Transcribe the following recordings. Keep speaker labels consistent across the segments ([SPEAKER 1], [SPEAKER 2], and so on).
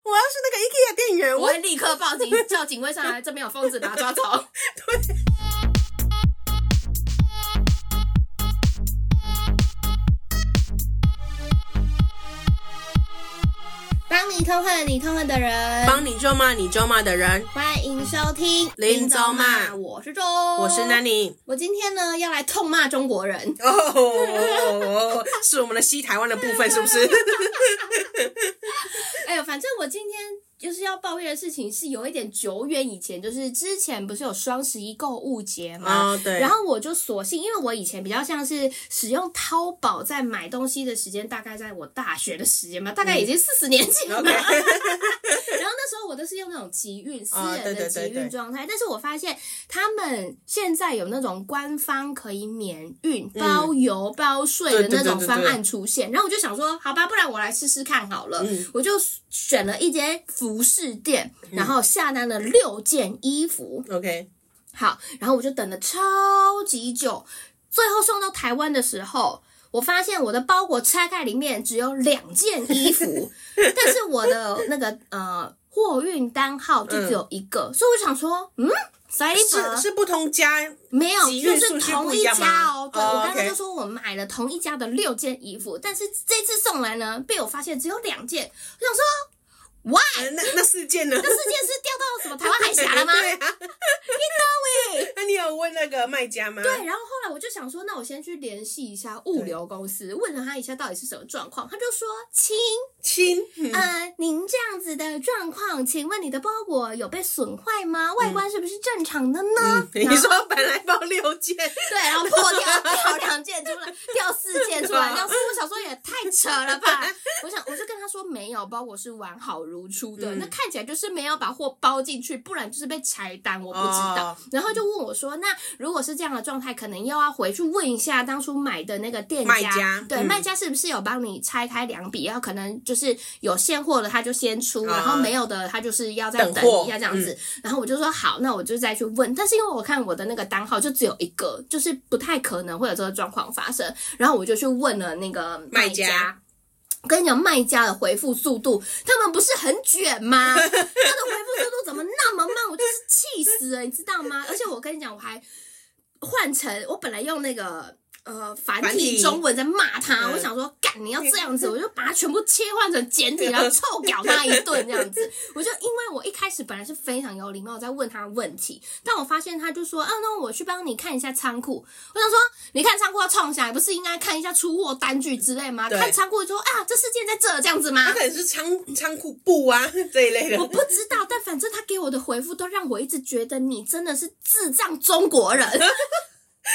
[SPEAKER 1] 是那个 IKEA 店员，
[SPEAKER 2] 我
[SPEAKER 1] 我
[SPEAKER 2] 会立刻报警，叫警卫上来，这边有疯子，把他抓 走。
[SPEAKER 3] 帮你痛恨你痛恨的人，
[SPEAKER 1] 帮你咒骂你咒骂的人，
[SPEAKER 3] 欢迎收听
[SPEAKER 1] 林州骂
[SPEAKER 3] 我是周，
[SPEAKER 1] 我是 Nanny。
[SPEAKER 3] 我今天呢要来痛骂中国人，
[SPEAKER 1] 哦哦，是我们的西台湾的部分，是不是？
[SPEAKER 3] 哎呦，反正我今天就是要抱怨的事情是有一点久远以前，就是之前不是有双十一购物节吗？
[SPEAKER 1] 哦，对。
[SPEAKER 3] 然后我就索性，因为我以前比较像是使用淘宝在买东西的时间，大概在我大学的时间吧，大概已经
[SPEAKER 1] 嗯
[SPEAKER 3] 四十年前了。
[SPEAKER 1] OK，
[SPEAKER 3] 然后那时候我都是用那种集运私
[SPEAKER 1] 啊对对
[SPEAKER 3] 人的集
[SPEAKER 1] 对对
[SPEAKER 3] 运状态，但是我发现他们现在有那种官方可以免运、
[SPEAKER 1] 嗯
[SPEAKER 3] 包邮、包税的
[SPEAKER 1] 对对
[SPEAKER 3] 那
[SPEAKER 1] 对
[SPEAKER 3] 种
[SPEAKER 1] 对
[SPEAKER 3] 方
[SPEAKER 1] 对
[SPEAKER 3] 案出现，然后我就想说，好吧，不然我来试试看好了。
[SPEAKER 1] 嗯
[SPEAKER 3] 我就选了一间服饰店，然后下单了六件衣服，
[SPEAKER 1] ，OK，
[SPEAKER 3] 好，然后我就等了超级久，最后送到台湾的时候，我发现我的包裹拆开里面只有两件衣 服，但是我的那个呃货运单号就只有一个，所以我想说，嗯，塞一
[SPEAKER 1] 嗯是是不同家
[SPEAKER 3] 没有，
[SPEAKER 1] 集
[SPEAKER 3] 就
[SPEAKER 1] 运
[SPEAKER 3] 是
[SPEAKER 1] 顺序
[SPEAKER 3] 同
[SPEAKER 1] 不一样
[SPEAKER 3] 家
[SPEAKER 1] 吗
[SPEAKER 3] 哦。对，
[SPEAKER 1] 哦
[SPEAKER 3] 我刚刚
[SPEAKER 1] OK
[SPEAKER 3] 就说我买了同一家的六件衣服，但是这次送来呢，被我发现只有两件，我想说。哇，
[SPEAKER 1] 呃那那四件呢？
[SPEAKER 3] 这件事掉到什么台湾海峡了吗？
[SPEAKER 1] 对啊，那你有问那个卖家吗？
[SPEAKER 3] 对，然后后来我就想说，那我先去联系一下物流公司，问了他一下到底是什么状况。他就说：“亲，
[SPEAKER 1] 亲，
[SPEAKER 3] 呃，您这样子的状况，请问你的包裹有被损坏吗？外观是不是正常的呢？”
[SPEAKER 1] 你
[SPEAKER 3] 然后
[SPEAKER 1] 说本来包六件，
[SPEAKER 3] 对，然后破掉掉两件出来，掉四件出
[SPEAKER 1] 对
[SPEAKER 3] 来，
[SPEAKER 1] 啊
[SPEAKER 3] 掉四，我想说也太扯了吧！我想我就跟他说没有，包裹是完好如初的，
[SPEAKER 1] 嗯
[SPEAKER 3] 那看起来就是没有把货包进去，不然就是被拆单，我不知
[SPEAKER 1] 哦
[SPEAKER 3] 道。然后就问我说，那如果是这样的状态，可能又要回去问一下当初买的那个店
[SPEAKER 1] 卖家
[SPEAKER 3] 对，
[SPEAKER 1] 嗯
[SPEAKER 3] 卖家是不是有帮你拆开两笔，然后可能就是有现货的他就先出，
[SPEAKER 1] 啊
[SPEAKER 3] 然后没有的他就是要再
[SPEAKER 1] 等
[SPEAKER 3] 等
[SPEAKER 1] 货
[SPEAKER 3] 一下这样子。
[SPEAKER 1] 嗯
[SPEAKER 3] 然后我就说好，那我就再去问。但是因为我看我的那个单号就只有一个，就是不太可能会有这个状况发生。然后我就去问了那个
[SPEAKER 1] 卖
[SPEAKER 3] 家。
[SPEAKER 1] 家
[SPEAKER 3] 我跟你讲，卖家的回复速度，他们不是很 卷吗？他的回复速度怎么那么慢？我就是气死了，你知 道吗？而且我跟你讲，我还换成我本来用那个呃繁
[SPEAKER 1] 繁
[SPEAKER 3] 体
[SPEAKER 1] 体
[SPEAKER 3] 中文在骂他，
[SPEAKER 1] 嗯
[SPEAKER 3] 我想说，干你要这样子，我就把它全部切换成简体，然后臭屌他一顿这样 子。我就因为我一开始本来是非常有礼貌在问他问题，但我发现他就说，啊，那我去帮你看一下仓库。我想说，你看仓库要冲下来，不是应该看一下出货单据之类吗？
[SPEAKER 1] 对
[SPEAKER 3] 看仓库就说啊，这事件在这这样子吗
[SPEAKER 1] 他？可能是仓仓库布啊这一类的
[SPEAKER 3] 我。不知道，但反正他给我的回复都让我一直觉得你真的是智障中国人。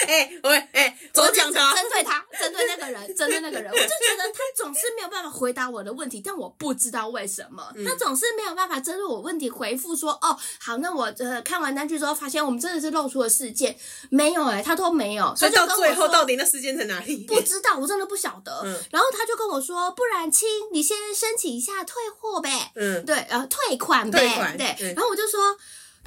[SPEAKER 1] 哎喂哎，怎么讲的啊？
[SPEAKER 3] 针对他，针对那个人，针对那个人，我就觉得他总是没有办法回答我的问题，但我不知道为什么，
[SPEAKER 1] 嗯
[SPEAKER 3] 他总是没有办法针对我问题回复说，哦，好，那我呃看完单据之后，发现我们真的是露出了事件，没有哎、他都没有，
[SPEAKER 1] 所以
[SPEAKER 3] 他
[SPEAKER 1] 到
[SPEAKER 3] 就跟
[SPEAKER 1] 最后
[SPEAKER 3] 我说
[SPEAKER 1] 到底那四件在哪里？
[SPEAKER 3] 不知道，我真的不晓得。
[SPEAKER 1] 嗯
[SPEAKER 3] 然后他就跟我说，不然亲，你先申请一下退货呗。
[SPEAKER 1] 嗯，
[SPEAKER 3] 对，然后退款呗，
[SPEAKER 1] 退款
[SPEAKER 3] 对，
[SPEAKER 1] 嗯
[SPEAKER 3] 然后我就说。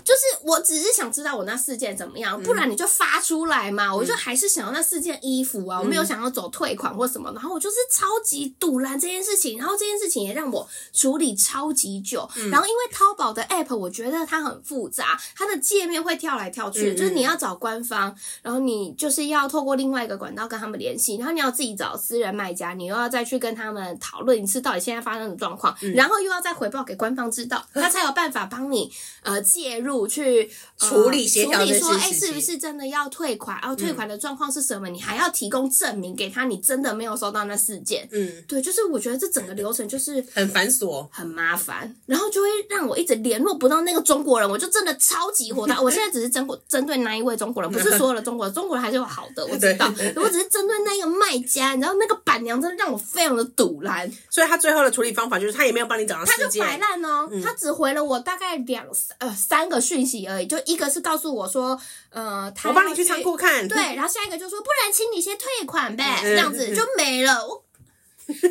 [SPEAKER 3] 就是我只是想知道我那四件怎么样，
[SPEAKER 1] 嗯
[SPEAKER 3] 不然你就发出来嘛。我就还是想要那四件衣服啊，我没
[SPEAKER 1] 嗯
[SPEAKER 3] 有想要走退款或什么。然后我就是超级堵拦这件事情，然后这件事情也让我处理超级久。
[SPEAKER 1] 嗯
[SPEAKER 3] 然后因为淘宝的 app，我觉得它很复杂，它的界面会跳来跳去，
[SPEAKER 1] 嗯嗯
[SPEAKER 3] 就是你要找官方，然后你就是要透过另外一个管道跟他们联系，然后你要自己找私人卖家，你又要再去跟他们讨论一次到底现在发生的状况，
[SPEAKER 1] 嗯
[SPEAKER 3] 然后又要再回报给官方 知道，他才有办法帮你呃介入去、呃
[SPEAKER 1] 处理协调
[SPEAKER 3] 处
[SPEAKER 1] 这
[SPEAKER 3] 理
[SPEAKER 1] 件
[SPEAKER 3] 说
[SPEAKER 1] 事
[SPEAKER 3] 哎
[SPEAKER 1] 情嗯
[SPEAKER 3] 是不是真的要退款，然后退款的状况是什么，你还要提供证明给他，你真的没有收到那四件。
[SPEAKER 1] 嗯，
[SPEAKER 3] 对，就是我觉得这整个流程就是
[SPEAKER 1] 很繁琐。
[SPEAKER 3] 很麻烦，然后就会让我一直联络不到那个中国人，我就真的超级 火大。我现在只是针国针对那一位中国人，不是所有的中国人，中国人还是有好的，我知道。我只是针对那个卖家，你知道那个板娘真的让我非常的堵然，
[SPEAKER 1] 所以他最后的处理方法就是他也没有帮你找到
[SPEAKER 3] 他
[SPEAKER 1] 四
[SPEAKER 3] 就摆
[SPEAKER 1] 件，
[SPEAKER 3] 烂哦，
[SPEAKER 1] 嗯
[SPEAKER 3] 他只回了我大概两呃三个讯息而已，就一个是告诉我说，呃，他
[SPEAKER 1] 我帮
[SPEAKER 3] 要
[SPEAKER 1] 你去仓库看。
[SPEAKER 3] 对，然后下一个就说，不然请你先退款呗，
[SPEAKER 1] 嗯
[SPEAKER 3] 这样子就没 了。我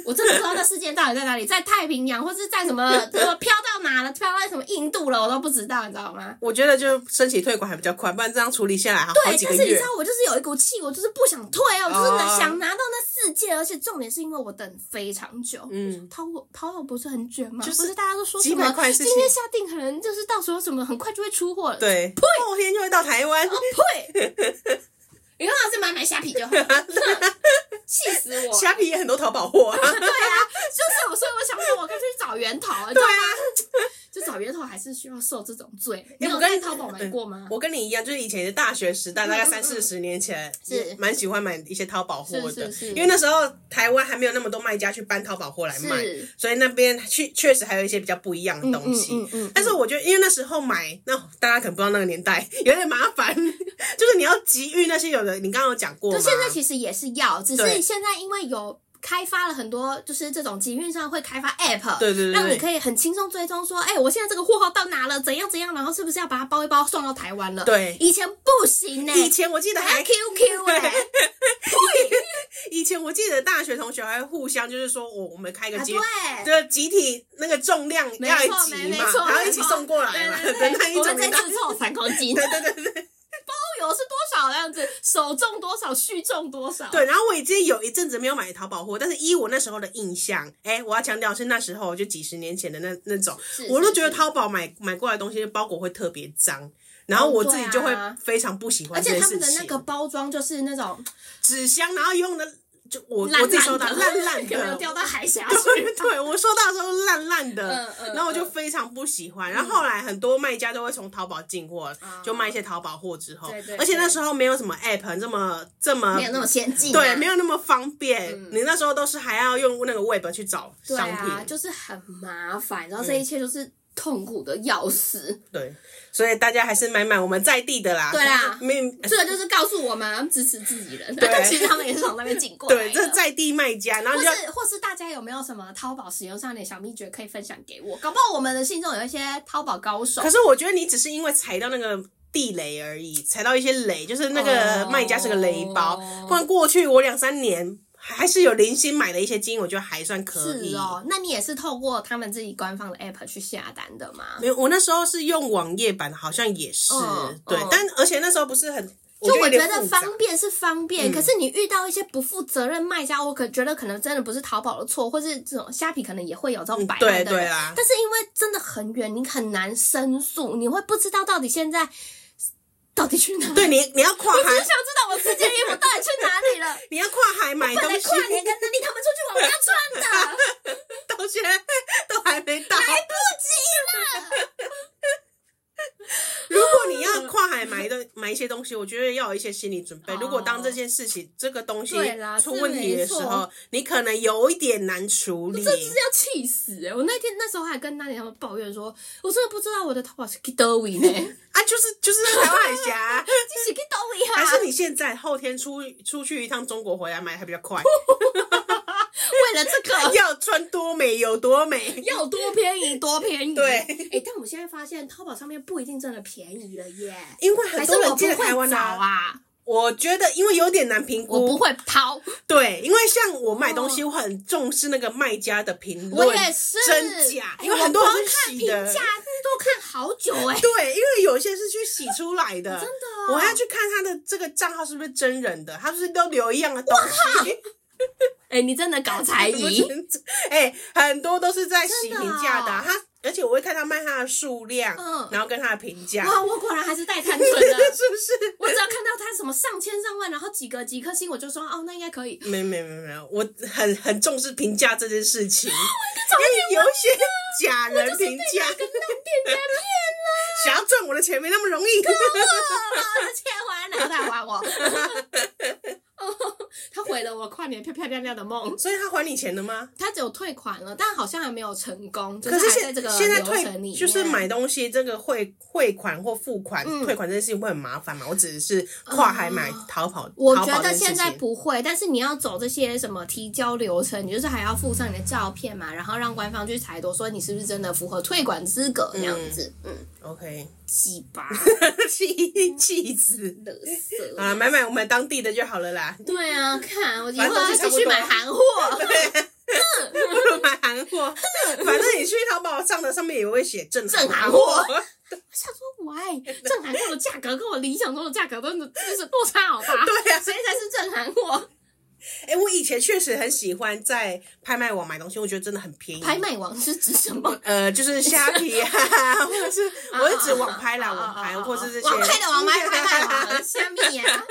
[SPEAKER 3] 我真的不知道那事件到底在哪里，在太平洋，或是在什么什么飘到哪了，飘到什么印度了，我都不知道，你知道吗？
[SPEAKER 1] 我觉得就申请退款还比较快，不然这样处理下来好好
[SPEAKER 3] 对，
[SPEAKER 1] 几
[SPEAKER 3] 但
[SPEAKER 1] 个
[SPEAKER 3] 是你
[SPEAKER 1] 月
[SPEAKER 3] 知。道，我就是有一股气，我就是不想退啊，我就是
[SPEAKER 1] 哦
[SPEAKER 3] 能想拿到那四件，而且重点是因为我等非常久，
[SPEAKER 1] 嗯，
[SPEAKER 3] 淘宝淘宝不是很卷吗？
[SPEAKER 1] 就是
[SPEAKER 3] 不是大家都说
[SPEAKER 1] 几
[SPEAKER 3] 什
[SPEAKER 1] 百
[SPEAKER 3] 么
[SPEAKER 1] 块的事
[SPEAKER 3] 今
[SPEAKER 1] 情
[SPEAKER 3] 天下定，可能就是到时候什么很快就会出货了。
[SPEAKER 1] 对，后天就会到台湾。
[SPEAKER 3] 哦呸！ 你干嘛是买买虾皮就好， 气死我！
[SPEAKER 1] 虾皮也很多淘宝货 啊，
[SPEAKER 3] 对啊，就是我，所以我想说，我干脆去找源头，你知道
[SPEAKER 1] 啊
[SPEAKER 3] 吗？就找源头还是需要受这种罪。你有
[SPEAKER 1] 我跟嗯
[SPEAKER 3] 在淘宝买过吗？
[SPEAKER 1] 我跟你一样，就是以前大学时代，大概
[SPEAKER 3] 嗯嗯
[SPEAKER 1] 三四十年前，
[SPEAKER 3] 是
[SPEAKER 1] 蛮喜欢买一些淘宝货的
[SPEAKER 3] 是是，是
[SPEAKER 1] 因为那时候台湾还没有那么多卖家去搬淘宝货来卖
[SPEAKER 3] 是，
[SPEAKER 1] 所以那边确确实还有一些比较不一样的东西。
[SPEAKER 3] 嗯嗯嗯嗯
[SPEAKER 1] 但是我觉得，因为那时候买，那大家可能不知道那个年代 有点麻烦，就是你要集运那些有的，你刚刚有讲过嘛
[SPEAKER 3] 就现在其实也是要，只
[SPEAKER 1] 对
[SPEAKER 3] 是现在因为有。开发了很多，就是这种集运上会开发 app，
[SPEAKER 1] 对对对对
[SPEAKER 3] 让你可以很轻松追踪说，哎、我现在这个货号到哪了，怎样怎样，然后是不是要把它包一包送到台湾了？
[SPEAKER 1] 对
[SPEAKER 3] 以前不行呢、
[SPEAKER 1] 以前我记得
[SPEAKER 3] 还
[SPEAKER 1] 还
[SPEAKER 3] QQ 哎、
[SPEAKER 1] 以前我记得大学同学还互相就是说哦我我们开个
[SPEAKER 3] 啊
[SPEAKER 1] 集
[SPEAKER 3] 对
[SPEAKER 1] 这集体那个重量
[SPEAKER 3] 没
[SPEAKER 1] 要一
[SPEAKER 3] 错，
[SPEAKER 1] 集
[SPEAKER 3] 没没
[SPEAKER 1] 嘛，
[SPEAKER 3] 错，
[SPEAKER 1] 然后
[SPEAKER 3] 没
[SPEAKER 1] 一起
[SPEAKER 3] 错
[SPEAKER 1] 送过来嘛
[SPEAKER 3] 对对对
[SPEAKER 1] 的那一
[SPEAKER 3] 我
[SPEAKER 1] 种
[SPEAKER 3] 们
[SPEAKER 1] 年
[SPEAKER 3] 这
[SPEAKER 1] 代。
[SPEAKER 3] 次凑三公斤，
[SPEAKER 1] 对对对对
[SPEAKER 3] 油是多少样子，手重多少，续重多少。
[SPEAKER 1] 对，然后我已经有一阵子没有买淘宝货，但是依我那时候的印象，哎，我要强调是那时候就几十年前的那那种，
[SPEAKER 3] 是
[SPEAKER 1] 我都
[SPEAKER 3] 是
[SPEAKER 1] 觉得
[SPEAKER 3] 是
[SPEAKER 1] 淘宝买买过来的东西包裹会特别脏，然后
[SPEAKER 3] 哦
[SPEAKER 1] 我
[SPEAKER 3] 对
[SPEAKER 1] 自己就会
[SPEAKER 3] 啊
[SPEAKER 1] 非常不喜
[SPEAKER 3] 而
[SPEAKER 1] 欢这
[SPEAKER 3] 且
[SPEAKER 1] 件
[SPEAKER 3] 他
[SPEAKER 1] 事
[SPEAKER 3] 们
[SPEAKER 1] 情。
[SPEAKER 3] 的那个包装就是那种
[SPEAKER 1] 纸箱，然后用的就我
[SPEAKER 3] 烂
[SPEAKER 1] 我自己
[SPEAKER 3] 烂
[SPEAKER 1] 收
[SPEAKER 3] 的，
[SPEAKER 1] 到烂烂
[SPEAKER 3] 可
[SPEAKER 1] 的
[SPEAKER 3] 能，掉到海峡
[SPEAKER 1] 对
[SPEAKER 3] 去。
[SPEAKER 1] 对，我收到的时候烂烂的
[SPEAKER 3] 嗯，嗯
[SPEAKER 1] 然后我就非常不喜欢。然后后来很多卖家都会从淘宝进货，就卖一些淘宝货之后
[SPEAKER 3] 嗯对对，
[SPEAKER 1] 而且那时候没有什么 app 这么这么
[SPEAKER 3] 没有那么先进、
[SPEAKER 1] 对，没
[SPEAKER 3] 有。
[SPEAKER 1] 有那么方便。你那时候都是还要用那个 web 去找
[SPEAKER 3] 嗯对
[SPEAKER 1] 商
[SPEAKER 3] 啊，
[SPEAKER 1] 品，嗯
[SPEAKER 3] 就是很麻烦，然后这一切就是痛苦的要死。
[SPEAKER 1] 对，所以大家还是买买我们在地的啦。
[SPEAKER 3] 对啊哎啦
[SPEAKER 1] 没
[SPEAKER 3] 这个就是告诉我们支持自己人，
[SPEAKER 1] 哎对
[SPEAKER 3] 但 其实他们也是从那边进过来
[SPEAKER 1] 对，
[SPEAKER 3] 的。
[SPEAKER 1] 这是在地卖家，然后
[SPEAKER 3] 或
[SPEAKER 1] 你就是
[SPEAKER 3] 或是大家有没有什么淘宝使用上的小秘诀可以分享给我？搞不好我们的信众有一些淘宝高手
[SPEAKER 1] 可，是我觉得你只是因为踩到那个地雷而已，踩到一些雷，就是那个
[SPEAKER 3] 哦
[SPEAKER 1] 卖家是个雷包。不然过去我两三年还是有零星买的一些金，我觉得还算可以。
[SPEAKER 3] 是哦，那你也是透过他们自己官方的 app 去下单的吗？
[SPEAKER 1] 没有，我那时候是用网页版，好像也是、
[SPEAKER 3] 嗯
[SPEAKER 1] 对，
[SPEAKER 3] 嗯
[SPEAKER 1] 但而且那时候不是很，
[SPEAKER 3] 就
[SPEAKER 1] 我
[SPEAKER 3] 我
[SPEAKER 1] 觉
[SPEAKER 3] 觉
[SPEAKER 1] 有点
[SPEAKER 3] 得
[SPEAKER 1] 复杂嗯
[SPEAKER 3] 方便是方便，可是你遇到一些不负责任卖家，我可觉得可能真的不是淘宝的错，或是这种虾皮可能也会有这种摆
[SPEAKER 1] 对
[SPEAKER 3] 烂
[SPEAKER 1] 嗯
[SPEAKER 3] 的
[SPEAKER 1] 对啊
[SPEAKER 3] 人。
[SPEAKER 1] 啦，
[SPEAKER 3] 但是因为真的很远，你很难申诉，你会不知道到底现在到底去哪里。
[SPEAKER 1] 对你你要跨
[SPEAKER 3] 我只
[SPEAKER 1] 海，
[SPEAKER 3] 想知道我自己的衣服到底去哪 里了。
[SPEAKER 1] 你要跨海买
[SPEAKER 3] 本
[SPEAKER 1] 东
[SPEAKER 3] 来
[SPEAKER 1] 西，
[SPEAKER 3] 跨年跟丹妮他们出去玩，我 要
[SPEAKER 1] 哎
[SPEAKER 3] 穿的。
[SPEAKER 1] 到现在 都还没到。 如果你要跨海买的买一些东西，我觉得要有一些心理准备。
[SPEAKER 3] 哦
[SPEAKER 1] 如果当这件事情这个东西
[SPEAKER 3] 对啦
[SPEAKER 1] 出问题的时
[SPEAKER 3] 是没
[SPEAKER 1] 候
[SPEAKER 3] 错，
[SPEAKER 1] 你可能有一点难处理。
[SPEAKER 3] 真的是要气死、欸！我那天那时候还跟丹尼他们抱怨说，我真的不知道我的淘宝是 Kidowi 呢， 就
[SPEAKER 1] 啊，就是就是台湾海 峡，
[SPEAKER 3] 是 Kidowi
[SPEAKER 1] 啊还是
[SPEAKER 3] 啊！
[SPEAKER 1] 你现在后天出出去一趟中国回来买还比较快？
[SPEAKER 3] 为了这个
[SPEAKER 1] 要穿多美有多美，
[SPEAKER 3] 要多便宜多便宜。
[SPEAKER 1] 对
[SPEAKER 3] 哎、但我现在发现淘宝上面不一定真的便宜了耶，
[SPEAKER 1] 因为
[SPEAKER 3] 还
[SPEAKER 1] 很
[SPEAKER 3] 是
[SPEAKER 1] 多
[SPEAKER 3] 我
[SPEAKER 1] 人
[SPEAKER 3] 不
[SPEAKER 1] 进台湾
[SPEAKER 3] 会找
[SPEAKER 1] 啊。
[SPEAKER 3] 啊，
[SPEAKER 1] 我觉得因为有点难评
[SPEAKER 3] 我不
[SPEAKER 1] 估，
[SPEAKER 3] 会淘，
[SPEAKER 1] 对，因为像我买东西，我很重视那个卖家的评
[SPEAKER 3] 嗯我
[SPEAKER 1] 论，
[SPEAKER 3] 也是
[SPEAKER 1] 真假，
[SPEAKER 3] 哎
[SPEAKER 1] 因为很多人
[SPEAKER 3] 我光
[SPEAKER 1] 是
[SPEAKER 3] 看
[SPEAKER 1] 洗
[SPEAKER 3] 评
[SPEAKER 1] 的
[SPEAKER 3] 价。都看好久哎、
[SPEAKER 1] 对，因为有一些是去洗出来的，
[SPEAKER 3] 真的哦
[SPEAKER 1] 我还要去看他的这个账号是不是真人的，他是不是都留一样的东 西。
[SPEAKER 3] 哎、你真的搞 才
[SPEAKER 1] 我
[SPEAKER 3] 艺
[SPEAKER 1] 觉，得哎、很多都是在洗
[SPEAKER 3] 真的
[SPEAKER 1] 评价的啊、
[SPEAKER 3] 哦
[SPEAKER 1] 他而且我会看他卖他的数量，
[SPEAKER 3] 嗯
[SPEAKER 1] 然后跟他的评价，
[SPEAKER 3] 哇，我果然还是带贪纯的。
[SPEAKER 1] 是不是？
[SPEAKER 3] 我只要看到它什么上千上万，然后几个几颗星，我就说哦，那应该可以。
[SPEAKER 1] 没没没没有，我很很重视评价这件事情，因为有一些假人评价，
[SPEAKER 3] 店家
[SPEAKER 1] 想要赚我的钱没那么容易。
[SPEAKER 3] 我的钱还哪 再还我？哦， 他毁了我跨年漂漂亮亮的梦。
[SPEAKER 1] 所以他还你钱了吗？
[SPEAKER 3] 他只有退款了，但好像还没有成功，就
[SPEAKER 1] 可是
[SPEAKER 3] 还
[SPEAKER 1] 现
[SPEAKER 3] 在这个
[SPEAKER 1] 现在
[SPEAKER 3] 流程
[SPEAKER 1] 退
[SPEAKER 3] 里
[SPEAKER 1] 就是
[SPEAKER 3] 面
[SPEAKER 1] 买东西，这个汇汇款或付款、
[SPEAKER 3] 嗯
[SPEAKER 1] 退款这件事情会很麻烦嘛？我只是跨海买淘宝，
[SPEAKER 3] 呃我
[SPEAKER 1] 淘
[SPEAKER 3] 觉
[SPEAKER 1] 宝这
[SPEAKER 3] 得
[SPEAKER 1] 件
[SPEAKER 3] 现在
[SPEAKER 1] 事情
[SPEAKER 3] 不会，但是你要走这些什么提交流程，你就是还要附上你的照片嘛，然后让官方去裁夺，说你是不是真的符合退款资格这样子。嗯，
[SPEAKER 1] OK，
[SPEAKER 3] 鸡巴，
[SPEAKER 1] 气气死
[SPEAKER 3] 乐 色。
[SPEAKER 1] 啊！买买我们当地的就好了啦。
[SPEAKER 3] 对啊，看我以
[SPEAKER 1] 反正
[SPEAKER 3] 后
[SPEAKER 1] 东西
[SPEAKER 3] 要
[SPEAKER 1] 差不
[SPEAKER 3] 继
[SPEAKER 1] 多
[SPEAKER 3] 续买韩货。
[SPEAKER 1] 对不如买韩 货。反正你去淘宝上的上面也会写正
[SPEAKER 3] 正
[SPEAKER 1] 韩
[SPEAKER 3] 韩
[SPEAKER 1] 货
[SPEAKER 3] 货，我想说，why 正韩货的价格跟我理想中的价格真的真的是落差好大。
[SPEAKER 1] 对啊
[SPEAKER 3] 谁才是正韩货？
[SPEAKER 1] 哎、我以前确实很喜欢在拍卖网买东西，我觉得真的很便宜。
[SPEAKER 3] 拍卖网是指什么？
[SPEAKER 1] 呃，就是虾皮啊，或者是 我是指网拍
[SPEAKER 3] 啊
[SPEAKER 1] 啦，网拍或是这些
[SPEAKER 3] 网拍的网拍拍卖网，虾米呀？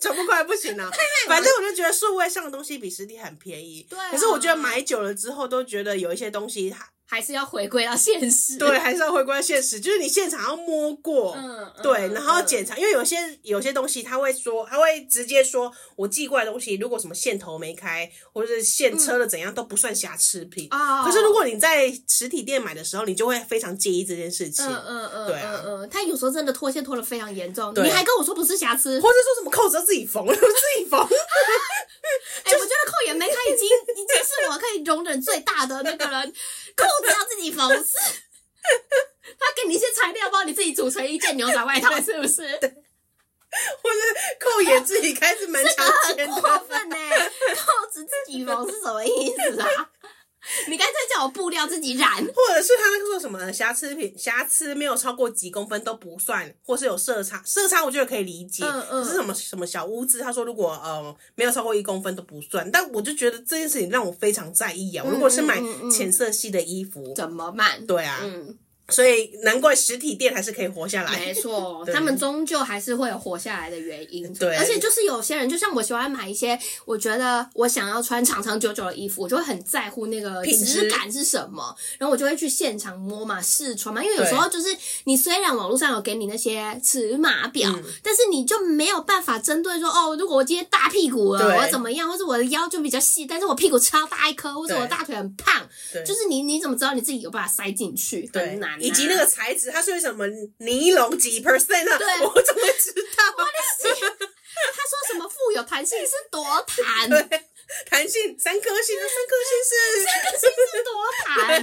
[SPEAKER 1] 转不过来不行啊。反正我就觉得数位上的东西比实体很便宜，
[SPEAKER 3] 对啊
[SPEAKER 1] 可是我觉得买久了之后，都觉得有一些东西它
[SPEAKER 3] 还是要回归到现实。
[SPEAKER 1] 对，还是要回归现实，就是你现场要摸过，
[SPEAKER 3] 嗯，嗯，
[SPEAKER 1] 对，然后
[SPEAKER 3] 嗯
[SPEAKER 1] 检查，因为有些有些东西他会说，他会直接说，我寄过来的东西如果什么线头没开，或者是线车了怎样、都不算瑕疵品。
[SPEAKER 3] 哦
[SPEAKER 1] 可是如果你在实体店买的时候，你就会非常介意这件事情，
[SPEAKER 3] 嗯嗯嗯，
[SPEAKER 1] 对啊
[SPEAKER 3] 嗯嗯，他有时候真的脱线脱的非常严重，
[SPEAKER 1] 对
[SPEAKER 3] 你还跟我说不是瑕疵，
[SPEAKER 1] 或者说什么扣子要自己缝， 我自己缝。
[SPEAKER 3] 哎、我觉得扣眼没开已经已经是我可以容忍最大的那个人，扣子要自己缝 制。他给你一些材料包，你自己组成一件牛仔外 套，是不是？
[SPEAKER 1] 或者扣眼自己开是蛮常见
[SPEAKER 3] 很过
[SPEAKER 1] 的。
[SPEAKER 3] 分呢、扣子自己缝是什么意思 啊？你干脆叫我布料自己染。
[SPEAKER 1] 或者是他那个说什么瑕疵品，瑕疵没有超过几公分都不算，或是有色差，色差我觉得可以理解。
[SPEAKER 3] 嗯嗯
[SPEAKER 1] 可是什么什么小污渍，他说如果呃没有超过一公分都不算，但我就觉得这件事情让我非常在意啊。我如果是买
[SPEAKER 3] 嗯嗯
[SPEAKER 1] 浅色系的衣服，
[SPEAKER 3] 怎么办？
[SPEAKER 1] 对啊，
[SPEAKER 3] 嗯，
[SPEAKER 1] 所以难怪实体店还是可以活下
[SPEAKER 3] 没
[SPEAKER 1] 来。
[SPEAKER 3] 错，
[SPEAKER 1] 对
[SPEAKER 3] 他们终究还是会有活下来的原因。
[SPEAKER 1] 对
[SPEAKER 3] 而且就是有些人，就像我喜欢买一些我觉得我想要穿长长久久的衣服，我就会很在乎那个
[SPEAKER 1] 品质
[SPEAKER 3] 质感是什么，然后我就会去现场摸嘛、试穿嘛。因为有
[SPEAKER 1] 对
[SPEAKER 3] 时候就是你虽然网络上有给你那些尺码表，
[SPEAKER 1] 嗯
[SPEAKER 3] 但是你就没有办法针对说哦，如果我今天大屁股了，
[SPEAKER 1] 对
[SPEAKER 3] 我怎么样，或者我的腰就比较细，但是我屁股超大一颗，或者我
[SPEAKER 1] 对
[SPEAKER 3] 大腿很胖，
[SPEAKER 1] 对
[SPEAKER 3] 就是你你怎么知道你自己有办法塞进去？
[SPEAKER 1] 对
[SPEAKER 3] 很难、啊，。
[SPEAKER 1] 以及那个材质，它是什么尼龙几 percent 啊？
[SPEAKER 3] 对
[SPEAKER 1] 我怎么会知 道？
[SPEAKER 3] 他说什么富有弹性是多弹，
[SPEAKER 1] 对，弹性三颗星，那三颗星是
[SPEAKER 3] 弹性是多弹。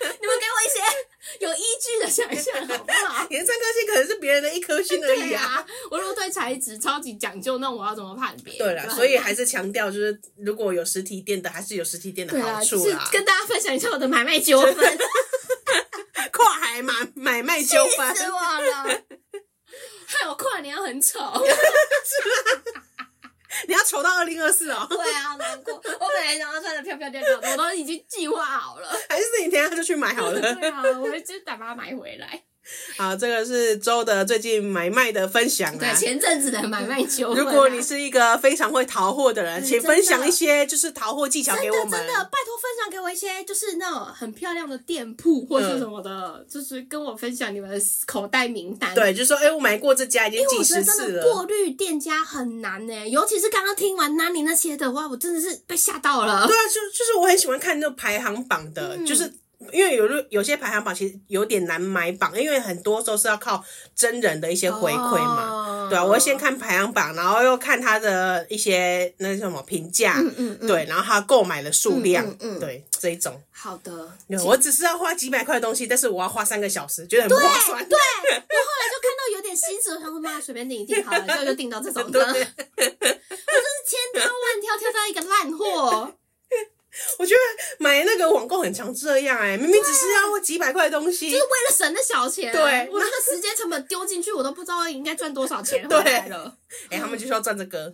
[SPEAKER 3] 你们给我一些有依据的想象好不好？
[SPEAKER 1] 你的三颗星可能是别人的一颗星而
[SPEAKER 3] 对
[SPEAKER 1] 已啊。
[SPEAKER 3] 呀、我如果对材质超级讲究，那我要怎么判别？
[SPEAKER 1] 对
[SPEAKER 3] 就
[SPEAKER 1] 啦，
[SPEAKER 3] 很
[SPEAKER 1] 所以
[SPEAKER 3] 难
[SPEAKER 1] 还是强调，就是如果有实体店的，还是有实体店
[SPEAKER 3] 对
[SPEAKER 1] 的
[SPEAKER 3] 啊，
[SPEAKER 1] 好
[SPEAKER 3] 是
[SPEAKER 1] 处啦。
[SPEAKER 3] 跟大家分享一下我的买卖纠纷，气
[SPEAKER 1] 跨海买买卖纠纷，
[SPEAKER 3] 死我了，害我跨年要很丑。
[SPEAKER 1] 你要愁到二零二四哦，
[SPEAKER 3] 对啊，难过。我本来想要穿的漂漂亮亮的，我都已经计划好了。
[SPEAKER 1] 还是你等一下就去买好了。
[SPEAKER 3] 对啊，我就打把它买回来。
[SPEAKER 1] 好，这个是周的最近买卖的分享
[SPEAKER 3] 对，
[SPEAKER 1] 啊。
[SPEAKER 3] 前阵子的买卖纠纷啊、
[SPEAKER 1] 如果你是一个非常会淘货的人，
[SPEAKER 3] 嗯
[SPEAKER 1] 请
[SPEAKER 3] 真的
[SPEAKER 1] 分享一些就是淘货技巧给
[SPEAKER 3] 真
[SPEAKER 1] 我
[SPEAKER 3] 的
[SPEAKER 1] 们。
[SPEAKER 3] 真的，拜托分享给我一些就是那种很漂亮的店铺或是什么的，就是跟我分享你们的口袋名单。。
[SPEAKER 1] 嗯对，就说哎、我买过这家已经
[SPEAKER 3] 因为
[SPEAKER 1] 几
[SPEAKER 3] 我觉
[SPEAKER 1] 十
[SPEAKER 3] 得
[SPEAKER 1] 次
[SPEAKER 3] 真的
[SPEAKER 1] 了。
[SPEAKER 3] 过滤店家很难呢、尤其是刚刚听完 Nani 那些的话，我真的是被吓到了
[SPEAKER 1] 对。啊，就就是我很喜欢看那种排行榜的，
[SPEAKER 3] 嗯
[SPEAKER 1] 就是。因为有的有些排行榜其实有点难买榜，因为很多时候是要靠真人的一些回馈嘛。
[SPEAKER 3] 哦
[SPEAKER 1] 对啊，我会先看排行榜，然后又看他的一些那什么评价，
[SPEAKER 3] 嗯嗯嗯，
[SPEAKER 1] 对，然后他购买的数量，
[SPEAKER 3] 嗯嗯嗯
[SPEAKER 1] 对这一种。
[SPEAKER 3] 好的。
[SPEAKER 1] 我只是要花几百块的东西，但是我要花三个小时，觉得很不划算。
[SPEAKER 3] 对，我后来就看到有点心思，我想说妈随便订一订好了，就就订到这种的。 我真是千挑万挑挑到一个烂货，
[SPEAKER 1] 我觉得买那个网购很常这样哎、明明只是要几百块的东西
[SPEAKER 3] 啊就是，为了省那小钱，
[SPEAKER 1] 对
[SPEAKER 3] 我那个时间成本丢进去，我都不知道应该赚多少钱回来了，
[SPEAKER 1] 哎、他们就是要赚这个，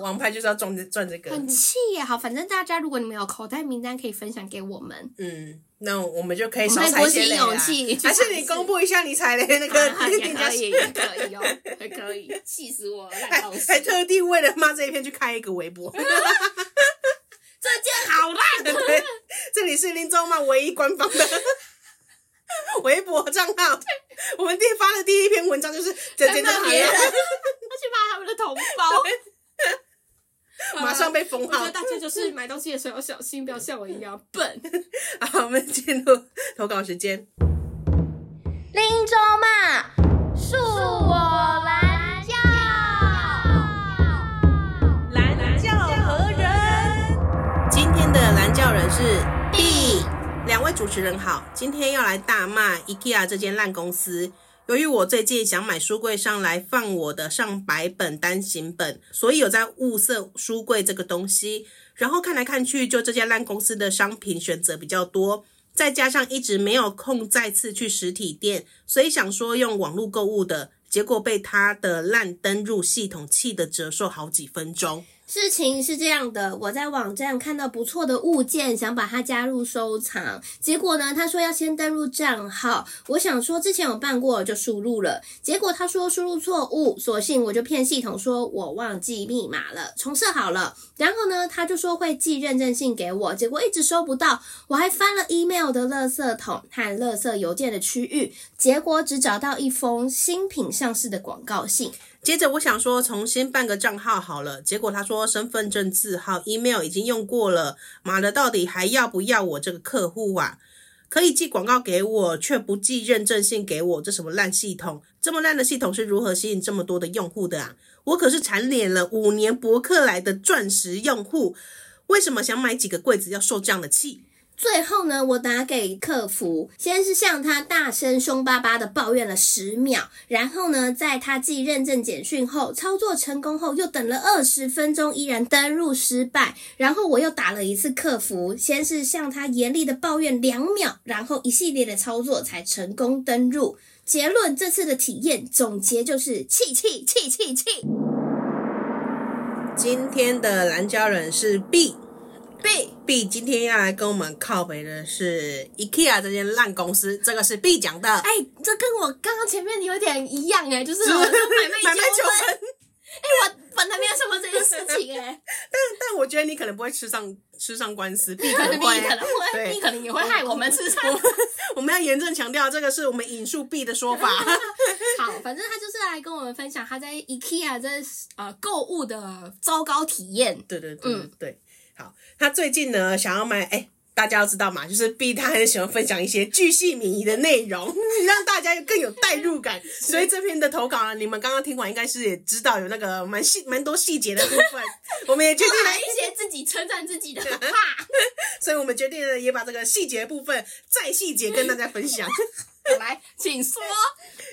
[SPEAKER 1] 王牌就是要赚这赚这个。
[SPEAKER 3] 嗯很气耶！好，反正大家如果你们有口袋名单，可以分享给我们。
[SPEAKER 1] 嗯，那我们就可以
[SPEAKER 3] 我
[SPEAKER 1] 少
[SPEAKER 3] 们
[SPEAKER 1] 踩一
[SPEAKER 3] 鼓
[SPEAKER 1] 些
[SPEAKER 3] 起
[SPEAKER 1] 雷
[SPEAKER 3] 勇
[SPEAKER 1] 啊
[SPEAKER 3] 气去
[SPEAKER 1] 还是
[SPEAKER 3] 尝
[SPEAKER 1] 你
[SPEAKER 3] 试
[SPEAKER 1] 公布一下你踩雷那个
[SPEAKER 3] 啊哈也
[SPEAKER 1] 店家
[SPEAKER 3] 可以，啊也可以哦，也可以，气死我了，烂
[SPEAKER 1] 还
[SPEAKER 3] 东西！
[SPEAKER 1] 还特地为了骂这一篇去开一个微 博。
[SPEAKER 3] 这件好烂，
[SPEAKER 1] 对，这里是林中曼唯一官 方的微博账号。我们第发的第一篇文章就是整
[SPEAKER 3] 别
[SPEAKER 1] 件
[SPEAKER 3] 人，
[SPEAKER 1] 的
[SPEAKER 3] 他
[SPEAKER 1] 好
[SPEAKER 3] 去
[SPEAKER 1] 了，
[SPEAKER 3] 骂他们的同 胞，
[SPEAKER 1] 马上被封
[SPEAKER 3] 我觉
[SPEAKER 1] 号
[SPEAKER 3] 得。大家就是买东西的时候要小心，不要像我一样笨。
[SPEAKER 1] 好，我们进入投稿时间。
[SPEAKER 4] 林州嘛，恕我 蓝教。
[SPEAKER 1] 蓝教何人？今天的蓝教人是 B。两位主持人好，今天要来大骂 IKEA 这间烂公司。由于我最近想买书柜上来放我的上百本单行本，所以有在物色书柜这个东西。然后看来看去，就这家烂公司的商品选择比较多，再加上一直没有空再次去实体店，所以想说用网络购物的，结果被他的烂登入系统气得折寿好几分钟。
[SPEAKER 3] 事情是这样的，我在网站看到不错的物件，想把它加入收藏。结果呢，他说要先登录账号。我想说之前有办过，我就输入了。结果他说输入错误，索性我就骗系统说我忘记密码了，重设好了。然后呢，他就说会寄认证信给我，结果一直收不到。我还翻了 email 的垃圾桶和垃圾邮件的区域，结果只找到一封新品上市的广告信。
[SPEAKER 1] 接着我想说重新办个账号好了，结果他说身份证字号、email 已经用过了，妈的，到底还要不要我这个客户啊？可以寄广告给我，却不寄认证信给我，这什么烂系统？这么烂的系统是如何吸引这么多的用户的啊？我可是蝉联了五年博客来的钻石用户，为什么想买几个柜子要受这样的气？
[SPEAKER 3] 最后呢，我打给客服，先是向他大声凶巴巴的抱怨了十秒，然后呢，在他寄认证简讯后，操作成功后又等了二十分钟，依然登入失败。然后我又打了一次客服，先是向他严厉的抱怨两秒，然后一系列的操作才成功登入。结论这次的体验总结就是气气气气气
[SPEAKER 1] 今天的蓝椒人是 B。
[SPEAKER 3] B。
[SPEAKER 1] B 今天要来跟我们靠北的是 IKEA 这间烂公司，这个是 B 讲的。
[SPEAKER 2] 哎、这跟我刚刚前面有点一样哎、 就是我买卖
[SPEAKER 1] 买卖纠
[SPEAKER 2] 纠纷。
[SPEAKER 1] 纷，
[SPEAKER 2] 哎、我本来没有想过这件事情哎、
[SPEAKER 1] 但我觉得你可能不会吃上吃上官 司，B 可
[SPEAKER 2] 可
[SPEAKER 1] 能
[SPEAKER 2] 能
[SPEAKER 1] 会
[SPEAKER 2] 你可能会，
[SPEAKER 1] 对
[SPEAKER 2] 你可能也会害我们吃上。
[SPEAKER 1] 我们要严正强调，这个是我们引述 B 的说法。
[SPEAKER 2] 嗯好，反正他就是来跟我们分享他在 IKEA 这呃购物的糟糕体 验。
[SPEAKER 1] 对对对
[SPEAKER 2] 嗯
[SPEAKER 1] 对对，好，他最近呢想要买，哎、大家要知道嘛，就是 B 他很喜欢分享一些巨细靡遗的内容， 让大家更有代 入感。所以这篇的投稿呢，你们刚刚听完应该是也知道有那个蛮细蛮多细节的部 分，我们也决定
[SPEAKER 2] 买
[SPEAKER 1] 来
[SPEAKER 2] 一些自己称赞自己的 话。
[SPEAKER 1] 所以我们决定了也把这个细节部分再细节跟大家分享。
[SPEAKER 2] 来，请说。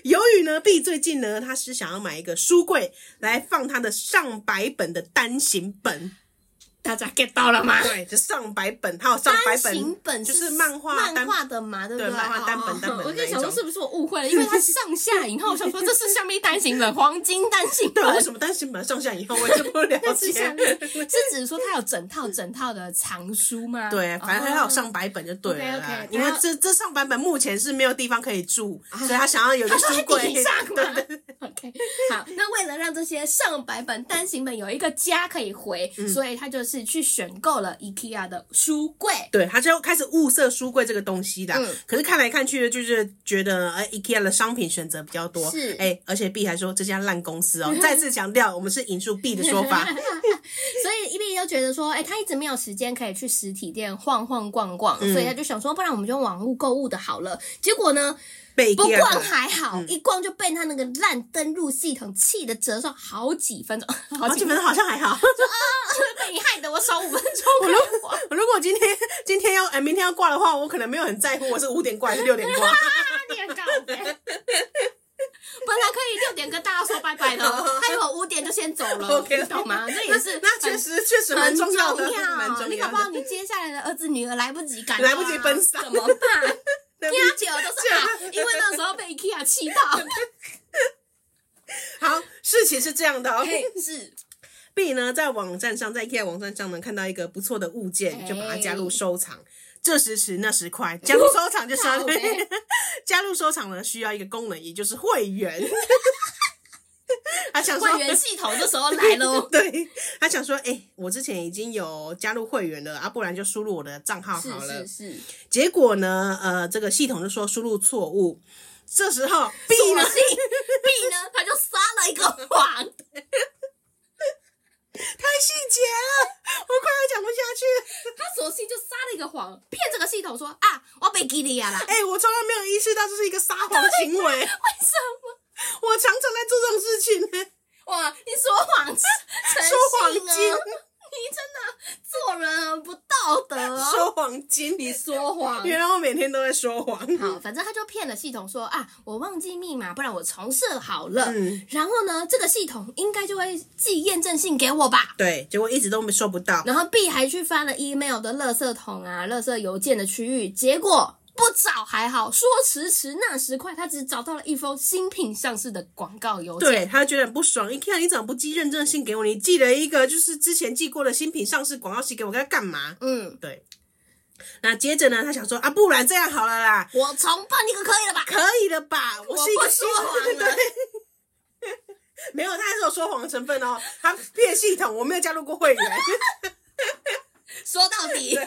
[SPEAKER 1] 由于呢，B 最近呢，他是想要买一个书柜来放他的上百本的单行本，
[SPEAKER 2] 大家 get 到了吗？
[SPEAKER 1] 对，就上百本，还有上百
[SPEAKER 3] 单行
[SPEAKER 1] 本，
[SPEAKER 3] 本
[SPEAKER 1] 就是漫画单
[SPEAKER 3] 漫画的嘛，对不
[SPEAKER 1] 对漫画单本单本
[SPEAKER 2] 哦我
[SPEAKER 1] 的那
[SPEAKER 2] 在
[SPEAKER 1] 一
[SPEAKER 2] 想说
[SPEAKER 1] 种。
[SPEAKER 2] 是不是我误会了，因为它上下引号，我想说这是下面单行本，黄金单行
[SPEAKER 1] 对，为
[SPEAKER 2] 本。
[SPEAKER 1] 什么单行本上下以 后我就不了
[SPEAKER 2] 但是下面
[SPEAKER 1] 解？
[SPEAKER 2] 是指说它有整套整套的藏书吗？
[SPEAKER 1] 对，反正
[SPEAKER 2] 哦
[SPEAKER 1] 他有上百本就对了啦
[SPEAKER 2] OK，OK，
[SPEAKER 1] 因为
[SPEAKER 2] 他要
[SPEAKER 1] 这这上百本目前是没有地方可以住，所以啊 他想要有一个书柜。
[SPEAKER 2] 地上嘛
[SPEAKER 1] 对对对
[SPEAKER 2] OK，好，那为了让这些上百本单行本有一个家可以回，
[SPEAKER 1] 嗯
[SPEAKER 2] 所以他就是去选购了 IKEA 的书柜。
[SPEAKER 1] 对，他就开始物色书柜这个东西啦。
[SPEAKER 2] 嗯
[SPEAKER 1] 可是看来看去，就是觉得呃，IKEA 的商品选择比较多。
[SPEAKER 3] 是
[SPEAKER 1] 哎、而且 B 还说这家烂公 司哦，再次强调，我们是引述 B 的说法。
[SPEAKER 3] 所以伊利又觉得说，哎、他一直没有时间可以去实体店晃晃逛逛，
[SPEAKER 1] 嗯
[SPEAKER 3] 所以他就想说，不然我们就用网络购物的好了。结果呢，
[SPEAKER 1] 被
[SPEAKER 3] 不
[SPEAKER 1] IKEA
[SPEAKER 3] 逛
[SPEAKER 1] 的嗯
[SPEAKER 3] 还好，一逛就被他那个烂登录系统气的折寿好几分钟， 好
[SPEAKER 1] 好
[SPEAKER 3] 几
[SPEAKER 1] 几
[SPEAKER 3] 分
[SPEAKER 1] 分钟好像还好。
[SPEAKER 3] 钟被你害得我少五分钟了。
[SPEAKER 1] 如果今天今天要哎、明天要挂的话，我可能没有很在乎，我是五点挂还是六点 挂。
[SPEAKER 2] 他点告别，本来可以六点跟大家说拜拜 的
[SPEAKER 1] 嗯
[SPEAKER 2] 哦，他如果五点就先走了
[SPEAKER 1] OK，
[SPEAKER 2] 你哦懂吗？这也是
[SPEAKER 1] 那确实确实蛮
[SPEAKER 2] 很
[SPEAKER 1] 重
[SPEAKER 2] 重啊
[SPEAKER 1] 要的，蛮重要的。
[SPEAKER 2] 你搞不好你接下来的儿子女儿来不及 赶、啊，
[SPEAKER 1] 来不及奔丧
[SPEAKER 2] 怎么办？
[SPEAKER 1] 对不
[SPEAKER 2] 第
[SPEAKER 1] 起
[SPEAKER 2] 二九都是啊，因为那时候被 IKEA 气 到，
[SPEAKER 1] 好，事情是这样的哦。
[SPEAKER 2] 是
[SPEAKER 1] B 呢，在网站上，在 IKEA 网站上能看到一个不错的物
[SPEAKER 2] 哎
[SPEAKER 1] 件，就把它加入收藏。这时迟，那时快，加入收藏就是要
[SPEAKER 2] 靠北
[SPEAKER 1] 加入收藏呢，需要一个功能，也就是会员。 他想说
[SPEAKER 2] 会，员系统这时候来了哦。
[SPEAKER 1] 对，他想说，哎、我之前已经有加入会员了啊，不然就输入我的账号好了。
[SPEAKER 2] 是，
[SPEAKER 1] 结果呢，呃，这个系统就说输入错误。这时候 B
[SPEAKER 2] 所
[SPEAKER 1] 呢，
[SPEAKER 2] 以 B 呢，他就撒了一个谎，
[SPEAKER 1] 太细节了，我快要讲不下去。
[SPEAKER 2] 他索性就撒了一个谎，骗这个系统说啊，我被 g i l i 啦，
[SPEAKER 1] 哎、我从来没有意识到这是一个撒谎行为，我
[SPEAKER 2] 为什么？
[SPEAKER 1] 常常在做这种事情呢、
[SPEAKER 2] 哇，你说谎
[SPEAKER 1] 说
[SPEAKER 3] 哦
[SPEAKER 2] 说
[SPEAKER 3] 啊
[SPEAKER 1] 谎精。
[SPEAKER 3] 做人很不道德哦，
[SPEAKER 1] 说谎精，你
[SPEAKER 3] 说谎。
[SPEAKER 1] 原来我每天都在说谎。
[SPEAKER 3] 好，反正他就骗了系统说啊，我忘记密码，不然我重设好了。
[SPEAKER 1] 嗯，
[SPEAKER 3] 然后呢，这个系统应该就会寄验证信给我吧。
[SPEAKER 1] 对，结果一直都没收不到。
[SPEAKER 3] 然后 B 还去翻了 email 的垃圾桶啊、垃圾邮件的区域，结果不找还好，说时迟那时快，他只找到了一封新品上市的广告邮件。
[SPEAKER 1] 对他觉得很不爽，一看你怎么不寄认证信给我？你寄了一个就是之前寄过的新品上市广告信给我，该干嘛？
[SPEAKER 3] 嗯，
[SPEAKER 1] 对。那接着呢，他想说啊，不然这样好了啦，
[SPEAKER 3] 我重办一个可以了吧？
[SPEAKER 1] 可以了吧？我是一
[SPEAKER 3] 不
[SPEAKER 1] 个
[SPEAKER 3] 说
[SPEAKER 1] 新
[SPEAKER 3] 谎了
[SPEAKER 1] 对。没有，他还是有说谎的成分哦。他骗系统，我没有加入过会员，
[SPEAKER 3] 说到底。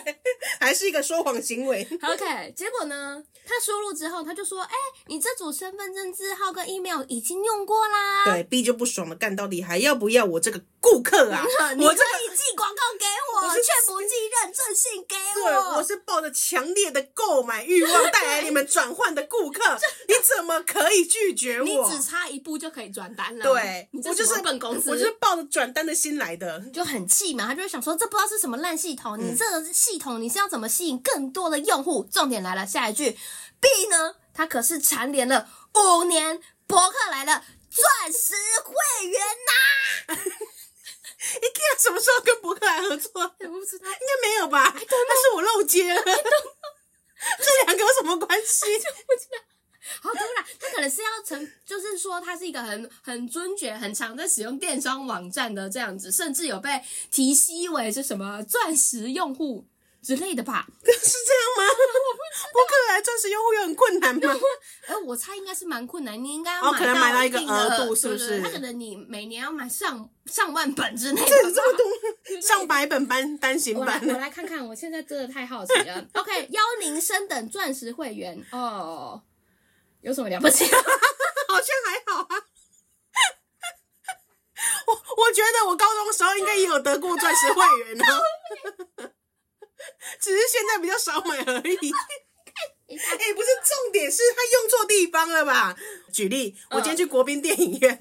[SPEAKER 1] 还是一个说谎行为。
[SPEAKER 3] OK，结果呢，他输入之后，他就说：“哎、你这组身份证字号跟 email 已经用过啦。”
[SPEAKER 1] 对 B 就不爽了，干到底还要不要我这个顾客 啊？
[SPEAKER 3] 你
[SPEAKER 1] 我
[SPEAKER 3] 可
[SPEAKER 1] 这个
[SPEAKER 3] 以寄广告给我，
[SPEAKER 1] 我是
[SPEAKER 3] 却不寄认证信给
[SPEAKER 1] 对，
[SPEAKER 3] 我。
[SPEAKER 1] 我是抱着强烈的购买欲望带来你们转换的顾 客，你怎么可以拒绝
[SPEAKER 3] 你
[SPEAKER 1] 我
[SPEAKER 3] 只？差一步就可以转单了。
[SPEAKER 1] 对，
[SPEAKER 3] 你
[SPEAKER 1] 我
[SPEAKER 3] 这
[SPEAKER 1] 就是
[SPEAKER 3] 什么笨公司，
[SPEAKER 1] 我就是抱着转单的心来的。
[SPEAKER 3] 就很气嘛，他就会想说，这不知道是什么烂系统，你这个系统你是要怎么吸引更多的用户？重点来了，下一句 B 呢，他可是蝉联了五年博客来的钻石会员呐、
[SPEAKER 1] 你 k 什么时候跟博客来合作？应
[SPEAKER 3] 我不知道，
[SPEAKER 1] 该没有吧？
[SPEAKER 3] 哎
[SPEAKER 1] 但是我漏接了。 这两个有什么关系？
[SPEAKER 3] 好突然，他可能是要成，就是说他是一个很很尊爵、很常在使用电商网站的这样子，甚至有被提吸为是什么钻石用户之类的吧。
[SPEAKER 1] 是这样 吗？博客来钻石用户有很困难吗？
[SPEAKER 3] 哎，我猜应该是蛮困难，你应该要
[SPEAKER 1] 哦可能买到
[SPEAKER 3] 到
[SPEAKER 1] 一个
[SPEAKER 3] 定的
[SPEAKER 1] 额度是不
[SPEAKER 3] 对
[SPEAKER 1] 是
[SPEAKER 3] 对对他可能你每年要买上上万本之类
[SPEAKER 1] 这有
[SPEAKER 3] 的吧。
[SPEAKER 1] 这么多上百本班单行
[SPEAKER 3] 我来，我
[SPEAKER 1] 版，
[SPEAKER 3] 来看看，我现在真的太好奇了。OK，邀您升等钻石会员哦，有什么了不起？
[SPEAKER 1] 好像还好啊。我我觉得我高中的时候应该也有得过钻石会员 哦，只是现在比较少买而已。哎、不是重点是他用错地方了吧？举例，我今天去国宾电影院，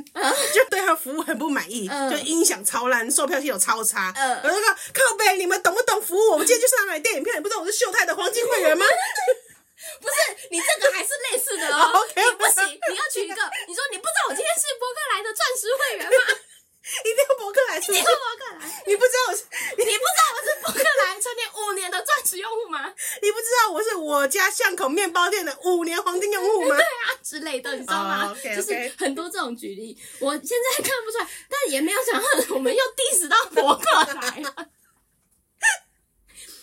[SPEAKER 1] 就对他的服务很不满意，
[SPEAKER 3] 嗯
[SPEAKER 1] 就音响超烂，售票系统超差。
[SPEAKER 3] 嗯
[SPEAKER 1] 我就说靠北，你们懂不懂服务？我们今天就是来买电影票，你不知道我是秀泰的黄金会员吗？
[SPEAKER 3] 不是，你这个还是类似的哦。
[SPEAKER 1] OK
[SPEAKER 3] 你不行，你要取一个，你说你不知道我今天是博客来的钻石会员吗？啊
[SPEAKER 1] 一定要博客来是不
[SPEAKER 3] 你
[SPEAKER 1] 是
[SPEAKER 3] 是？博客来，
[SPEAKER 1] 你不知道我是你
[SPEAKER 3] 你不知道我是博客来成年五年的钻石用户吗？
[SPEAKER 1] 你不知道我是我家巷口面包店的五年黄金用户 吗？
[SPEAKER 3] 啊之类的，你知道吗
[SPEAKER 1] 哦，OK，OK
[SPEAKER 3] 就是很多这种举例，我现在看不出来，但也没有想到我们又 diss 到博客来了，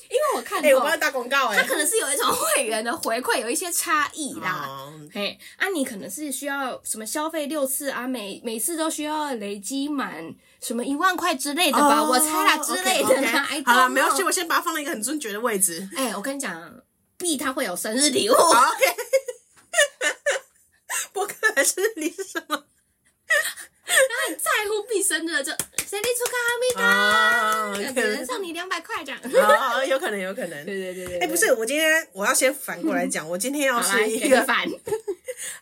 [SPEAKER 3] 因为我看
[SPEAKER 1] 哎、我帮他
[SPEAKER 3] 到
[SPEAKER 1] 打广告哎、
[SPEAKER 3] 他可能是有一种会员的回馈有一些差异啦。
[SPEAKER 1] 哦
[SPEAKER 3] 嘿，啊，你可能是需要什么消费六次啊，每每次都需要累积满什么一万块之类的吧，我猜啦之类的
[SPEAKER 1] 哦 OK，OK
[SPEAKER 3] 啦。I don't
[SPEAKER 1] 好了，没
[SPEAKER 3] know
[SPEAKER 1] 关系，我先把它放在一个很尊爵的位 置。
[SPEAKER 3] 哎、我跟你讲，B 他会有生日礼物，
[SPEAKER 1] 好 OK，博客来生日礼是什么？
[SPEAKER 3] 他很在乎 B 生日的，就生日出卡哈
[SPEAKER 1] 啊，
[SPEAKER 3] 密达，呃只能送你两百块这样。 对
[SPEAKER 1] 哦，哦有可能，有可能。
[SPEAKER 3] 对对对，
[SPEAKER 1] 哎、不是，我今天我要先反过来讲，我今天
[SPEAKER 3] 对，
[SPEAKER 1] 要
[SPEAKER 3] 嗯好来
[SPEAKER 1] 是一
[SPEAKER 3] 给个
[SPEAKER 1] 个
[SPEAKER 3] 反，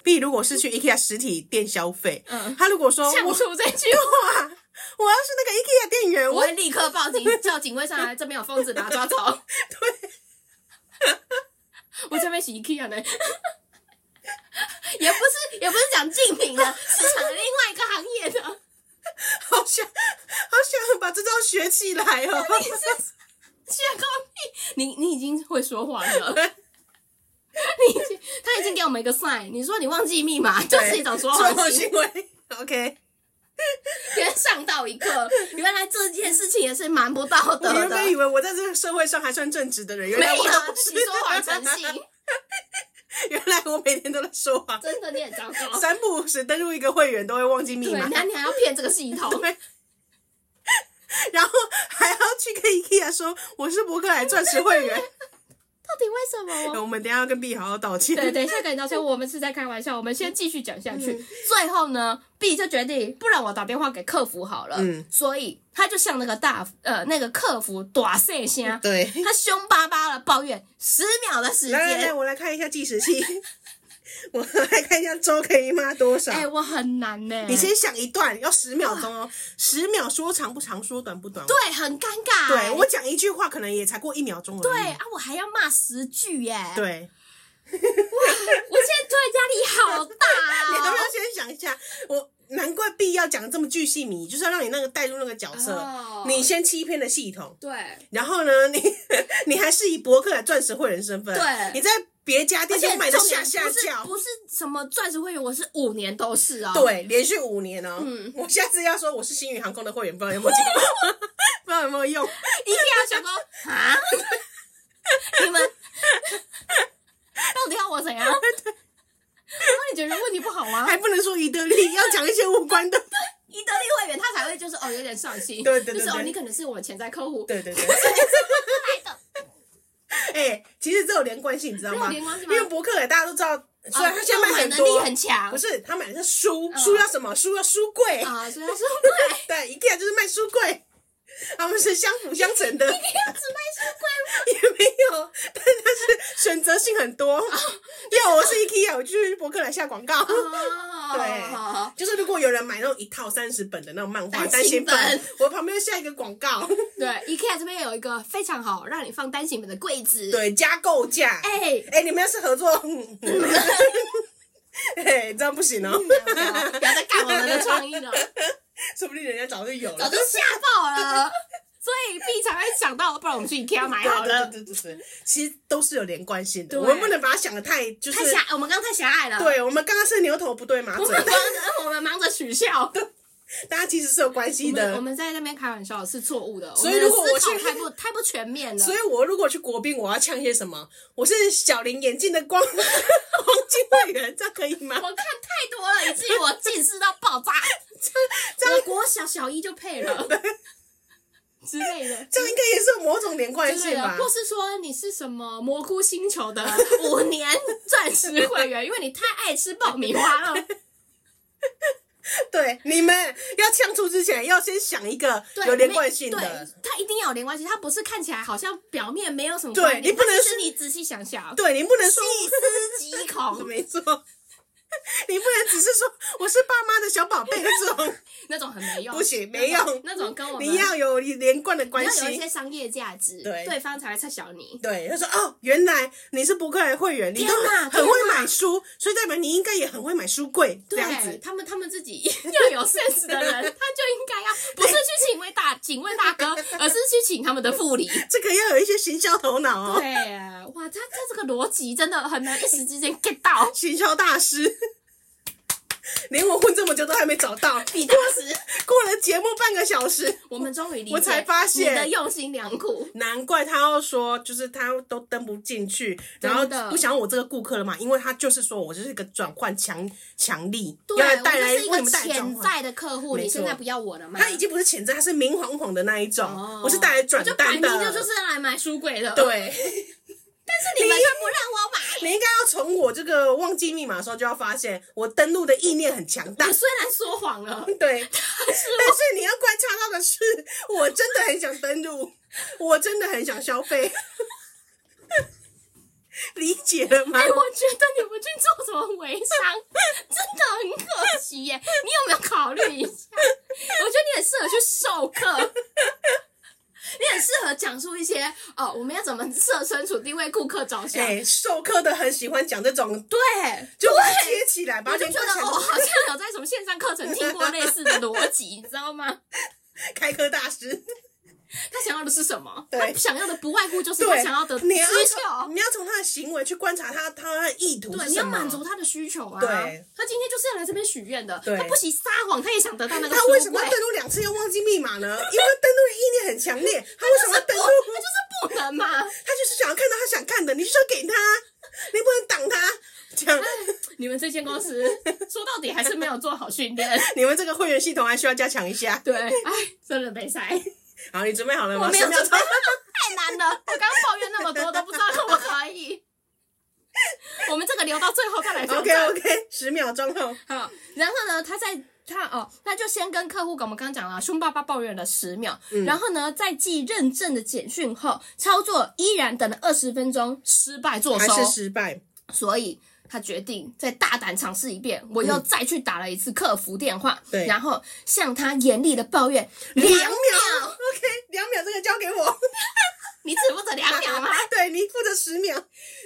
[SPEAKER 1] B，如果是去 IKEA 实体店消费，
[SPEAKER 3] 嗯
[SPEAKER 1] 他如果说
[SPEAKER 3] 呛
[SPEAKER 1] 我
[SPEAKER 3] 出这 句
[SPEAKER 1] 哇，我要是那个 IKEA 店员，
[SPEAKER 3] 话，我
[SPEAKER 1] 我
[SPEAKER 3] 会立刻报 警，叫警卫上来，这边有疯子，把他 抓走。
[SPEAKER 1] 对，
[SPEAKER 3] 我这边是啊 IKEA 呢。也不是，也不是讲竞品了，是讲另外一个行业的。
[SPEAKER 1] 好想好想把这招学起来哦。
[SPEAKER 3] 谢高你你已经会说谎了。你已经，他已经给我们一个 sign，你说你忘记密码，就是一种说
[SPEAKER 1] 对
[SPEAKER 3] 谎
[SPEAKER 1] 说谎
[SPEAKER 3] 行
[SPEAKER 1] 行为。OK，
[SPEAKER 3] 为，上到一课。原来这件事情也是蛮不道
[SPEAKER 1] 我
[SPEAKER 3] 德
[SPEAKER 1] 原
[SPEAKER 3] 的，
[SPEAKER 1] 本以为我在这个社会上还算正直的 人，原
[SPEAKER 3] 没
[SPEAKER 1] 来
[SPEAKER 3] 有啊
[SPEAKER 1] 我啊都不是
[SPEAKER 3] 你说谎成性，
[SPEAKER 1] 原来我每天都在说谎，
[SPEAKER 3] 真的你很糟 糕。
[SPEAKER 1] 三不五时登录一个会员都会忘记密
[SPEAKER 3] 对，
[SPEAKER 1] 码，
[SPEAKER 3] 那你还要骗这个系统，
[SPEAKER 1] 对， 然后还要去跟 IKEA 说我是博客来钻石会 员。
[SPEAKER 3] 到底为什么？
[SPEAKER 1] 我们等一下要跟 B 好好道歉。
[SPEAKER 3] 对， 等一下跟你道歉，我们是在开玩笑，我们先继续讲下去。
[SPEAKER 1] 嗯
[SPEAKER 3] 最后呢，B 就决定，不然我打电话给客服好了。
[SPEAKER 1] 嗯
[SPEAKER 3] 所以他就向那个大呃那个客服大声声，
[SPEAKER 1] 对
[SPEAKER 3] 他凶巴巴的抱怨十秒的时
[SPEAKER 1] 来来来，
[SPEAKER 3] 间，
[SPEAKER 1] 我来看一下计时器。 我来看一下周可以骂多少。
[SPEAKER 3] 哎、我很难呢、
[SPEAKER 1] 你先想一段，要十秒钟哦，十秒说长不长，说短不短。
[SPEAKER 3] 对，很尴尬。欸
[SPEAKER 1] 对，我讲一句话可能也才过一秒钟而已。
[SPEAKER 3] 对啊，我还要骂十句耶、哎，
[SPEAKER 1] 对，
[SPEAKER 3] 我现在突然压力
[SPEAKER 1] 你
[SPEAKER 3] 好
[SPEAKER 1] 要
[SPEAKER 3] 大、
[SPEAKER 1] 不要
[SPEAKER 3] 哦。
[SPEAKER 1] 先想一下？我难怪 B 要讲这么巨细迷，就是要让你那个带入那个角色。
[SPEAKER 3] 哦
[SPEAKER 1] 你先欺骗了系统，
[SPEAKER 3] 对，
[SPEAKER 1] 然后呢， 你你还是以博客的钻石会员身份，
[SPEAKER 3] 对
[SPEAKER 1] 你在别家
[SPEAKER 3] 而
[SPEAKER 1] 店
[SPEAKER 3] 且
[SPEAKER 1] 就买的
[SPEAKER 3] 重点
[SPEAKER 1] 下下
[SPEAKER 3] 不是
[SPEAKER 1] 叫，
[SPEAKER 3] 不是什么钻石会员，我是五年都是哦。，
[SPEAKER 1] 对，连续五年哦、
[SPEAKER 3] 嗯
[SPEAKER 1] 我下次要说我是星宇航空的会员，不知道有没有用， 不知道有没有用。
[SPEAKER 3] 一定要想说啊， 你们到底要我怎样？ 我帮你解决问题不好吗？
[SPEAKER 1] 还不能说一得利，要讲一些无关的。
[SPEAKER 3] 伊德利会员他才会就是哦有点上心，
[SPEAKER 1] 对对对
[SPEAKER 3] 就是哦
[SPEAKER 1] 对
[SPEAKER 3] 你可能是我们潜在客户，
[SPEAKER 1] 对对对，
[SPEAKER 5] 来的，
[SPEAKER 1] 哎、其实这有连贯性，你知道
[SPEAKER 3] 这有
[SPEAKER 1] 吗？
[SPEAKER 3] 连贯性
[SPEAKER 1] 因
[SPEAKER 3] 吗哦
[SPEAKER 1] 为博客大家都知道，虽然他现在
[SPEAKER 3] 购
[SPEAKER 1] 卖
[SPEAKER 3] 买
[SPEAKER 1] 很
[SPEAKER 3] 啊能
[SPEAKER 1] 多，
[SPEAKER 3] 力很哦强，
[SPEAKER 1] 不是哎他买的是书，书要什么？书要书柜，
[SPEAKER 3] 啊，所以他说 对，
[SPEAKER 1] 对，IKEA 就是卖书柜，他们是相辅相成的。也没有，但它是选择性很多。要我是 IKEA，我就去博客来下广告。
[SPEAKER 3] 哦
[SPEAKER 1] 对
[SPEAKER 3] 好好
[SPEAKER 1] 就是如果有人买那种一套三十本的那种漫画
[SPEAKER 3] 单
[SPEAKER 1] 单
[SPEAKER 3] 行
[SPEAKER 1] 行
[SPEAKER 3] 本
[SPEAKER 1] 本，我旁边下一个广告，
[SPEAKER 3] 对，IKEA 这边有一个非常好让你放单行本的柜子，，
[SPEAKER 1] 对，加购价。
[SPEAKER 3] 哎、
[SPEAKER 1] 哎、你们要是合作，嗯嗯哎、这样不行哦，
[SPEAKER 3] 不要不要再干我们的创意了，
[SPEAKER 1] 说不定人家早就有
[SPEAKER 3] 早
[SPEAKER 1] 了
[SPEAKER 3] 就。吓爆了。 所以 B 常会想到，不然我们去 IKEA 买好了。
[SPEAKER 1] 对对对对对，其实都是有连贯性的，
[SPEAKER 3] 对
[SPEAKER 1] 我们不能把它想的太就是
[SPEAKER 3] 太狭，我们刚刚太狭隘了。，
[SPEAKER 1] 对，我们刚刚是牛头不对马
[SPEAKER 3] 我
[SPEAKER 1] 嘴
[SPEAKER 3] 们，忙着，我们忙着取笑。
[SPEAKER 1] 大家其实是有关系
[SPEAKER 3] 我们我
[SPEAKER 1] 的。
[SPEAKER 3] 们在那边开玩笑是错误的。
[SPEAKER 1] 所以如果
[SPEAKER 3] 我们的
[SPEAKER 1] 我
[SPEAKER 3] 思考
[SPEAKER 1] 去
[SPEAKER 3] 太不太不全面了，
[SPEAKER 1] 所以，我如果去国宾，我要呛些什么？我是小林眼镜的光黄金会员，这样可以吗？
[SPEAKER 3] 我看太多了，以至 于我近视到爆炸。这样国小小一就配 了之类的。
[SPEAKER 1] 这样应该也是有某种连贯
[SPEAKER 3] 之类
[SPEAKER 1] 性
[SPEAKER 3] 的，
[SPEAKER 1] 吧？
[SPEAKER 3] 或是说你是什么蘑菇星球的五年钻石会员，因为你太爱吃爆米花了。
[SPEAKER 1] 对，你们要呛出之前，要先想一个
[SPEAKER 3] 对，
[SPEAKER 1] 有连贯性的。
[SPEAKER 3] 没对，它一定要有连贯性，它不是看起来好像表面没有什么
[SPEAKER 1] 对
[SPEAKER 3] 关联，
[SPEAKER 1] 你不能
[SPEAKER 3] 但是
[SPEAKER 1] 是
[SPEAKER 3] 你仔细想想，
[SPEAKER 1] 对你不能说
[SPEAKER 3] 细思极恐
[SPEAKER 1] 没错， 你不能只是说我是爸妈的小宝贝 这种，
[SPEAKER 3] 那种很没用，
[SPEAKER 1] 不行没用
[SPEAKER 3] 那种跟我们
[SPEAKER 1] 你要有连贯的
[SPEAKER 3] 你
[SPEAKER 1] 关
[SPEAKER 3] 要有一
[SPEAKER 1] 系
[SPEAKER 3] 些。商业价值，
[SPEAKER 1] 对
[SPEAKER 3] 对方才会撤小你。
[SPEAKER 1] 对，他说哦，原来你是博客来会员，你都
[SPEAKER 3] 天哪
[SPEAKER 1] 很会买书，所以代表你应该也很会买书柜这
[SPEAKER 3] 对
[SPEAKER 1] 样子。
[SPEAKER 3] 他们，他们自己 要有 sense 的人，他就应 该要不是去请位大 警卫大哥，而是去请他们的副理。
[SPEAKER 1] 这个要有一些行销头脑 哦，
[SPEAKER 3] 对啊，哇，他他这个逻辑真的很难一时之间 get 到。
[SPEAKER 1] 行销大师。 连我混这么久都还没找到，
[SPEAKER 3] 比大师，
[SPEAKER 1] 过了节目半个小时，
[SPEAKER 3] 我们终于理解，
[SPEAKER 1] 我才发现
[SPEAKER 3] 你的用心良苦。
[SPEAKER 1] 难怪他要说，就是他都登不进去，然后
[SPEAKER 3] 真的
[SPEAKER 1] 不想我这个顾客了嘛，因为他就是说我就是一个转换强强力，
[SPEAKER 3] 对，
[SPEAKER 1] 要来
[SPEAKER 3] 我
[SPEAKER 1] 带来
[SPEAKER 3] 们是一
[SPEAKER 1] 为你
[SPEAKER 3] 个
[SPEAKER 1] 们带来转
[SPEAKER 3] 潜
[SPEAKER 1] 换。
[SPEAKER 3] 在的客户，
[SPEAKER 1] 没
[SPEAKER 3] 你
[SPEAKER 1] 错
[SPEAKER 3] 现在不要我了吗？
[SPEAKER 1] 他已经不是潜在，他是明晃晃的那一种，
[SPEAKER 3] 哦
[SPEAKER 1] 我是带来转
[SPEAKER 3] 就摆
[SPEAKER 1] 单
[SPEAKER 3] 明
[SPEAKER 1] 的，
[SPEAKER 3] 的就是呃来买书柜的。，哦
[SPEAKER 1] 对。
[SPEAKER 3] 是你们就不让我 买。
[SPEAKER 1] 你应该要从我这个忘记密码的时候就要发现，我登录的意念很强 大
[SPEAKER 3] 我。虽然说谎 了，
[SPEAKER 1] 对，但是你要观察到的是，我真的很想登 录，我真的很想消费， 理解了吗？
[SPEAKER 3] 哎、我觉得你们去做什么微商，真的很可惜耶。你有没有考虑一下？我觉得你很适合去授课，你很适合讲述一些哦，我们要怎么设身处地为顾客着想。
[SPEAKER 1] 哎、授课的很喜欢讲这种，
[SPEAKER 3] 对，
[SPEAKER 1] 就
[SPEAKER 3] 对
[SPEAKER 1] 接起来把
[SPEAKER 3] 我就
[SPEAKER 1] 连
[SPEAKER 3] 觉
[SPEAKER 1] 贯
[SPEAKER 3] 得
[SPEAKER 1] 起来
[SPEAKER 3] 哦，好像有在什么线上课程听过类似的逻辑，你知道吗？
[SPEAKER 1] 开科大师。
[SPEAKER 3] 他想要的是什么？
[SPEAKER 1] 对
[SPEAKER 3] 他想要的不外乎就是
[SPEAKER 1] 对，
[SPEAKER 3] 他想要的需
[SPEAKER 1] 你要
[SPEAKER 3] 求
[SPEAKER 1] 从。你要从他的行为去观察他他的意图
[SPEAKER 3] 对，
[SPEAKER 1] 是
[SPEAKER 3] 你
[SPEAKER 1] 什
[SPEAKER 3] 要
[SPEAKER 1] 么。
[SPEAKER 3] 满足他的需求啊！
[SPEAKER 1] 对
[SPEAKER 3] 他今天就是要来这边许愿的。
[SPEAKER 1] 对
[SPEAKER 3] 他不惜撒谎，他也想得到那个
[SPEAKER 1] 他为什
[SPEAKER 3] 书
[SPEAKER 1] 么
[SPEAKER 3] 柜
[SPEAKER 1] 要登录两次又忘记密 码呢？因为登录的意念很强烈，他为什么要登录？
[SPEAKER 3] 他就是不 能嘛！
[SPEAKER 1] 他就是想要看到他想看的，你就是要给他，你不能挡他。这样，
[SPEAKER 3] 你们这间公 司说到底还是没有做好训练。
[SPEAKER 1] 你们这个会员系统还需要加强一下。
[SPEAKER 3] 对，哎，真的没塞，
[SPEAKER 1] 好，你准备好了
[SPEAKER 3] 我
[SPEAKER 1] 吗？
[SPEAKER 3] 没有
[SPEAKER 1] 十秒
[SPEAKER 3] 准备
[SPEAKER 1] 钟
[SPEAKER 3] 好，太难了。我刚刚抱怨那么多，都不知道可不可以。我们这个留到最后再来 挑
[SPEAKER 1] OK
[SPEAKER 3] 战。
[SPEAKER 1] OK，十秒钟后，
[SPEAKER 3] 好，然后呢，他在他哦，他就先跟客户，我们刚刚讲了，凶巴巴抱怨了十秒，
[SPEAKER 1] 嗯
[SPEAKER 3] 然后呢，在寄认证的简讯后，操作依然等了二十分钟，失败作
[SPEAKER 1] 还
[SPEAKER 3] 收，
[SPEAKER 1] 是失败。
[SPEAKER 3] 所以他决定再大胆尝试一遍，我又再去打了一次客服电话，
[SPEAKER 1] 嗯对
[SPEAKER 3] 然后向他严厉的抱怨
[SPEAKER 1] 两秒
[SPEAKER 3] 两
[SPEAKER 1] ，OK，两秒这个交给我，
[SPEAKER 3] 你只负责 两 秒吗？
[SPEAKER 1] 对你负责十秒，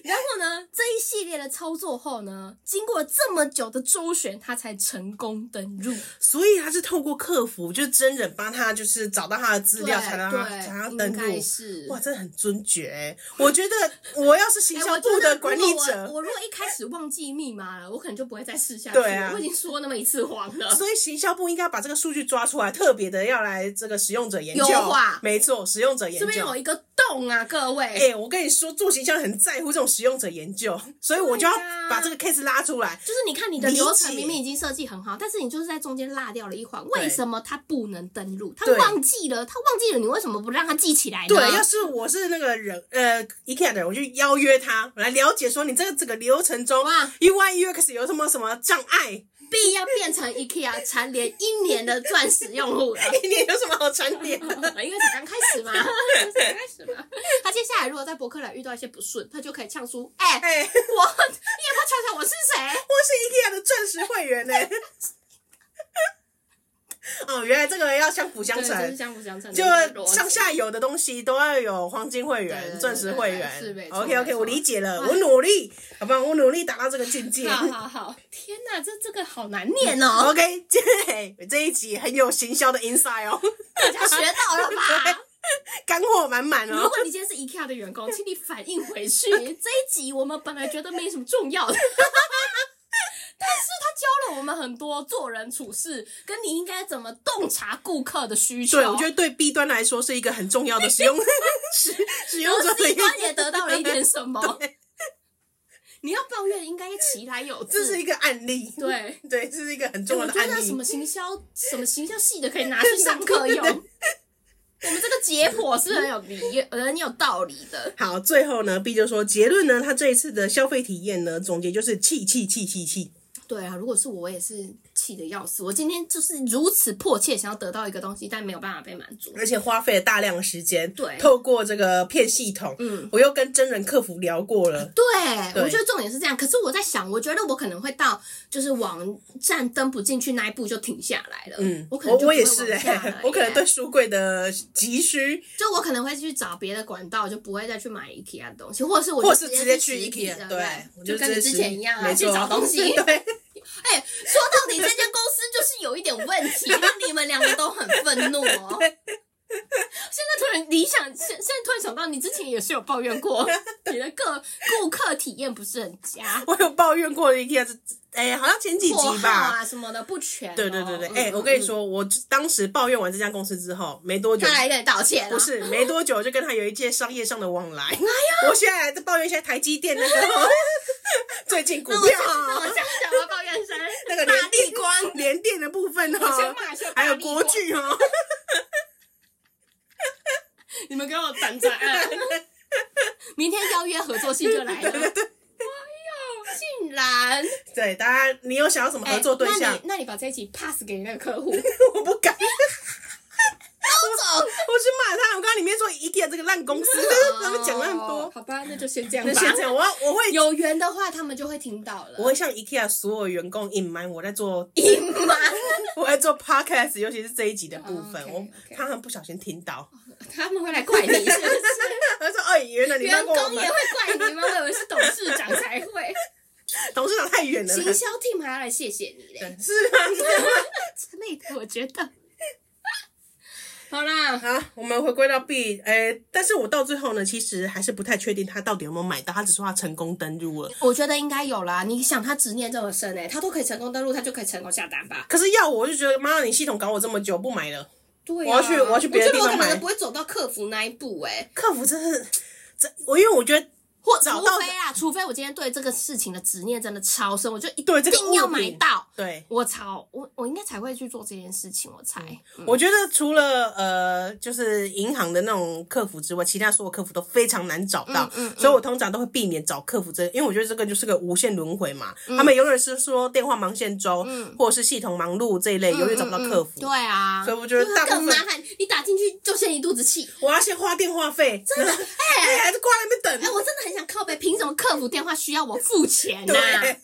[SPEAKER 3] 然后呢，这一系列的操作后呢，经过这么久的周旋，他才成功登入。
[SPEAKER 1] 所以他是透过客服，就是真人帮他，就是找到他的资料，
[SPEAKER 3] 对
[SPEAKER 1] 才让他才让他
[SPEAKER 3] 对，
[SPEAKER 1] 登
[SPEAKER 3] 应该
[SPEAKER 1] 录。
[SPEAKER 3] 是
[SPEAKER 1] 哇，这很尊爵欸、我觉得我要是行
[SPEAKER 3] 哎
[SPEAKER 1] 销
[SPEAKER 3] 我
[SPEAKER 1] 部
[SPEAKER 3] 觉
[SPEAKER 1] 的
[SPEAKER 3] 得
[SPEAKER 1] 管理
[SPEAKER 3] 如果
[SPEAKER 1] 者，
[SPEAKER 3] 我我如果一开始忘记密码了，我可能就不会再试下去。
[SPEAKER 1] 对啊
[SPEAKER 3] 我已经说那么一次谎了。
[SPEAKER 1] 所以行销部应该把这个数据抓出来，特别的要来这个使用者研究
[SPEAKER 3] 优化。
[SPEAKER 1] 没错，使用者研
[SPEAKER 3] 这边有
[SPEAKER 1] 究。
[SPEAKER 3] 一个洞啊，各位。
[SPEAKER 1] 哎、我跟你说，做行销很在乎这种使用者研究，所以我就要把这个 case 拉出来。
[SPEAKER 3] 就是你看你的
[SPEAKER 1] 理解
[SPEAKER 3] 流程明明已经设计很好，但是你就是在中间落掉了一环，
[SPEAKER 1] 对
[SPEAKER 3] 为什么他不能登录？他
[SPEAKER 1] 对
[SPEAKER 3] 忘记了，他忘记了，你为什么不让他记起来呢？
[SPEAKER 1] 对，要是我是那个人，呃，IKEA 的人，我就邀约他我来了解，说你这个整个流程中
[SPEAKER 3] 哇
[SPEAKER 1] ，UI UX 有什么什么障碍，
[SPEAKER 3] 必要变成 IKEA 蝉联一年的钻石用户了。
[SPEAKER 1] 一年有什么好传点的？
[SPEAKER 3] 因为才刚开始 嘛，才刚开始嘛。他接下来如果在博客来遇到一些不顺，他就可以呛出：“哎、
[SPEAKER 1] 哎、我是
[SPEAKER 3] 我，你也不要瞧瞧我是谁。
[SPEAKER 1] IKEA 的钻石会员呢、哦，原来这个要相辅”相
[SPEAKER 3] 对，
[SPEAKER 1] 成
[SPEAKER 3] 这是，相辅相成的
[SPEAKER 1] 就
[SPEAKER 3] 逻辑，
[SPEAKER 1] 上下游的东西都要有黄金会
[SPEAKER 3] 对对
[SPEAKER 1] 员、
[SPEAKER 3] 对
[SPEAKER 1] 钻石会员。
[SPEAKER 3] 对对是没错
[SPEAKER 1] OK
[SPEAKER 3] 没
[SPEAKER 1] OK，
[SPEAKER 3] 错
[SPEAKER 1] 我理解了，
[SPEAKER 3] 哎
[SPEAKER 1] 我努力，好吧，我努力达到这个境界。
[SPEAKER 3] 好好好，天哪，这这个好难念 哦，
[SPEAKER 1] OK，这这一集很有行销的 inside 哦，
[SPEAKER 3] 大家学到了 吧？
[SPEAKER 1] 干货满满
[SPEAKER 3] 如
[SPEAKER 1] 哦。
[SPEAKER 3] 果你今天是 IKEA 的员工，请你反应回 去。这一集我们本来觉得没什么重要的， 但是他教了我们很多做人处事，跟你应该怎么洞察顾客的需求。
[SPEAKER 1] 对，我觉得对 B 端来说是一个很重要的使 用使使用者
[SPEAKER 3] 然后
[SPEAKER 1] 的
[SPEAKER 3] C
[SPEAKER 1] 一个。
[SPEAKER 3] 端也得到了一点什么
[SPEAKER 1] 对
[SPEAKER 3] 你要抱怨应该其来有
[SPEAKER 1] 这是
[SPEAKER 3] 自。
[SPEAKER 1] 一个案例。
[SPEAKER 3] 对，
[SPEAKER 1] 对，这是一个很
[SPEAKER 3] 哎
[SPEAKER 1] 重要
[SPEAKER 3] 我
[SPEAKER 1] 的
[SPEAKER 3] 觉
[SPEAKER 1] 案
[SPEAKER 3] 得什
[SPEAKER 1] 例
[SPEAKER 3] 么。行销什么行销系的可以拿去上课 用。
[SPEAKER 1] 对对
[SPEAKER 3] 我们这个解剖是很有理，很有道理的。
[SPEAKER 1] 好，最后呢，B 就说结论呢，他这一次的消费体验呢，总结就是气气气气气。
[SPEAKER 3] 对啊，如果是我，我也是气得要死。我今天就是如此迫切想要得到一个东西，但没有办法被满足。
[SPEAKER 1] 而且花费了大量的时间，
[SPEAKER 3] 对
[SPEAKER 1] 透过这个骗系统，嗯，我又跟真人客服聊过了，
[SPEAKER 3] 对，
[SPEAKER 1] 对
[SPEAKER 3] 我觉得重点是这样。可是我在想，我觉得我可能会到就是网站登不进去那一步就停下来了。
[SPEAKER 1] 嗯，
[SPEAKER 3] 呃我可能
[SPEAKER 1] 我
[SPEAKER 3] 就不会
[SPEAKER 1] 也是
[SPEAKER 3] 往下了
[SPEAKER 1] 我可能
[SPEAKER 3] 耶
[SPEAKER 1] 对，书柜的急需，
[SPEAKER 3] 就我可能会去找别的管道，就不会再去买 IKEA 的东西，或者是我就
[SPEAKER 1] 或是直
[SPEAKER 3] 直
[SPEAKER 1] 接
[SPEAKER 3] 接
[SPEAKER 1] 去
[SPEAKER 3] 去
[SPEAKER 1] IKEA，
[SPEAKER 3] IKEA，
[SPEAKER 1] 对
[SPEAKER 3] 不，
[SPEAKER 1] 我
[SPEAKER 3] 对？就跟
[SPEAKER 1] 直
[SPEAKER 3] 你
[SPEAKER 1] 接
[SPEAKER 3] 之
[SPEAKER 1] 去
[SPEAKER 3] 前一样啊，
[SPEAKER 1] 没
[SPEAKER 3] 去
[SPEAKER 1] 错
[SPEAKER 3] 找东西。
[SPEAKER 1] 对，
[SPEAKER 3] 哎、说到底，这间公司就是有一点问题，让你们两个都很愤怒 哦。现在突然理想，现现在突然想到，你之前也是有抱 怨过，你的客顾客体验不是很佳，
[SPEAKER 1] 我有抱怨过 IKEA，这哎，好像前几
[SPEAKER 3] 货
[SPEAKER 1] 集
[SPEAKER 3] 号
[SPEAKER 1] 吧。
[SPEAKER 3] 啊什么的不全、哦。
[SPEAKER 1] 对对对对，
[SPEAKER 3] 嗯
[SPEAKER 1] 哎、我跟你，说，我当时抱怨完这家公司之后，没多
[SPEAKER 3] 嗯
[SPEAKER 1] 久
[SPEAKER 3] 他，来跟你道歉、啊，
[SPEAKER 1] 不是没多久就跟他有一件商业上的往
[SPEAKER 3] 哎
[SPEAKER 1] 来。我现在在抱怨一下台积电那 个最近股
[SPEAKER 3] 那
[SPEAKER 1] 票
[SPEAKER 3] 我想，那我想想，我要抱怨谁？
[SPEAKER 1] 那个
[SPEAKER 3] 大
[SPEAKER 1] 联
[SPEAKER 3] 地
[SPEAKER 1] 电
[SPEAKER 3] 光，
[SPEAKER 1] 联电的部分
[SPEAKER 3] 我先
[SPEAKER 1] 哦，
[SPEAKER 3] 骂一下大
[SPEAKER 1] 还有
[SPEAKER 3] 地
[SPEAKER 1] 国
[SPEAKER 3] 光，
[SPEAKER 1] 剧哦。
[SPEAKER 3] 你们给我等着、 啊，明天邀约合作信就来了。哎呦，竟然！
[SPEAKER 1] 对，大家你有想要什么合作对象？
[SPEAKER 3] 哎那你那你把这一集 pass 给那个 客户，哦周
[SPEAKER 1] 我不敢，
[SPEAKER 3] 总
[SPEAKER 1] 我去骂他。我刚刚里面说 IKEA 这个烂公司， 他们讲那么
[SPEAKER 3] 哦
[SPEAKER 1] 多，
[SPEAKER 3] 好吧，那就先这样
[SPEAKER 1] 那
[SPEAKER 3] 吧。哎
[SPEAKER 1] 现在我要我会
[SPEAKER 3] 有缘的话，他们就会听到了。
[SPEAKER 1] 我会向 IKEA 所有员工隐瞒我在做
[SPEAKER 3] 姨妈，
[SPEAKER 1] 我在做 podcast，尤其是这一集的部分，
[SPEAKER 3] 哦
[SPEAKER 1] 我
[SPEAKER 3] ，OK，OK
[SPEAKER 1] 怕他们不小心听到，
[SPEAKER 3] 他们会来怪你，是不 是？
[SPEAKER 1] 他说：“哎，原来你骂
[SPEAKER 3] 员
[SPEAKER 1] 过我
[SPEAKER 3] 工也
[SPEAKER 1] 们，
[SPEAKER 3] 会怪你吗？我以为是董事长才会，
[SPEAKER 1] 董事长太远了啦。
[SPEAKER 3] 行销 team 还要来谢谢你嘞
[SPEAKER 1] 对”是啊吗？
[SPEAKER 3] 之类的，我觉得。 好啦，
[SPEAKER 1] 好，我们回归到 B，哎、但是我到最后呢，其实还是不太确定他到底有没有买到，他只说他成功登入了。
[SPEAKER 3] 我觉得应该有啦。你想，他执念这么深哎、他都可以成功登录，他就可以成功下单吧？
[SPEAKER 1] 可是要我我就觉得，妈，你系统搞我这么久，不买了。
[SPEAKER 3] 对、啊，
[SPEAKER 1] 我要去我要去别的地方
[SPEAKER 3] 我觉得我可
[SPEAKER 1] 买
[SPEAKER 3] 能不会走到客服那一步哎、
[SPEAKER 1] 客服真是，这我因为我觉得
[SPEAKER 3] 或
[SPEAKER 1] 找
[SPEAKER 3] 除
[SPEAKER 1] 到
[SPEAKER 3] 非啊，除非我今天对这个事情的执念真的超深，我就一
[SPEAKER 1] 对这个
[SPEAKER 3] 定要
[SPEAKER 1] 物品
[SPEAKER 3] 买到，
[SPEAKER 1] 对，
[SPEAKER 3] 我操，我我应该才会去做这件事情，我猜。嗯
[SPEAKER 1] 我觉得除了呃，就是银行的那种客服之外，其他所有客服都非常难找到，
[SPEAKER 3] 嗯嗯
[SPEAKER 1] 所以我通常都会避免找客服这，因为我觉得这个就是个无限轮回嘛。
[SPEAKER 3] 嗯
[SPEAKER 1] 他们永远是说电话忙线周，或者是系统忙碌这一类，永远找不到客服。
[SPEAKER 3] 对啊
[SPEAKER 1] 所，以我觉得大
[SPEAKER 6] 更
[SPEAKER 1] 部
[SPEAKER 6] 麻
[SPEAKER 1] 分
[SPEAKER 6] 烦，你打进去就先一肚子气。
[SPEAKER 1] 我要先花电话费，真的，哎、还是挂在那
[SPEAKER 6] 哎，
[SPEAKER 1] 边等。
[SPEAKER 6] 我真的很想靠北，凭
[SPEAKER 3] 凭
[SPEAKER 6] 什
[SPEAKER 3] 什
[SPEAKER 6] 么？
[SPEAKER 3] 么客服电话需要我付钱啊呢、
[SPEAKER 1] 对，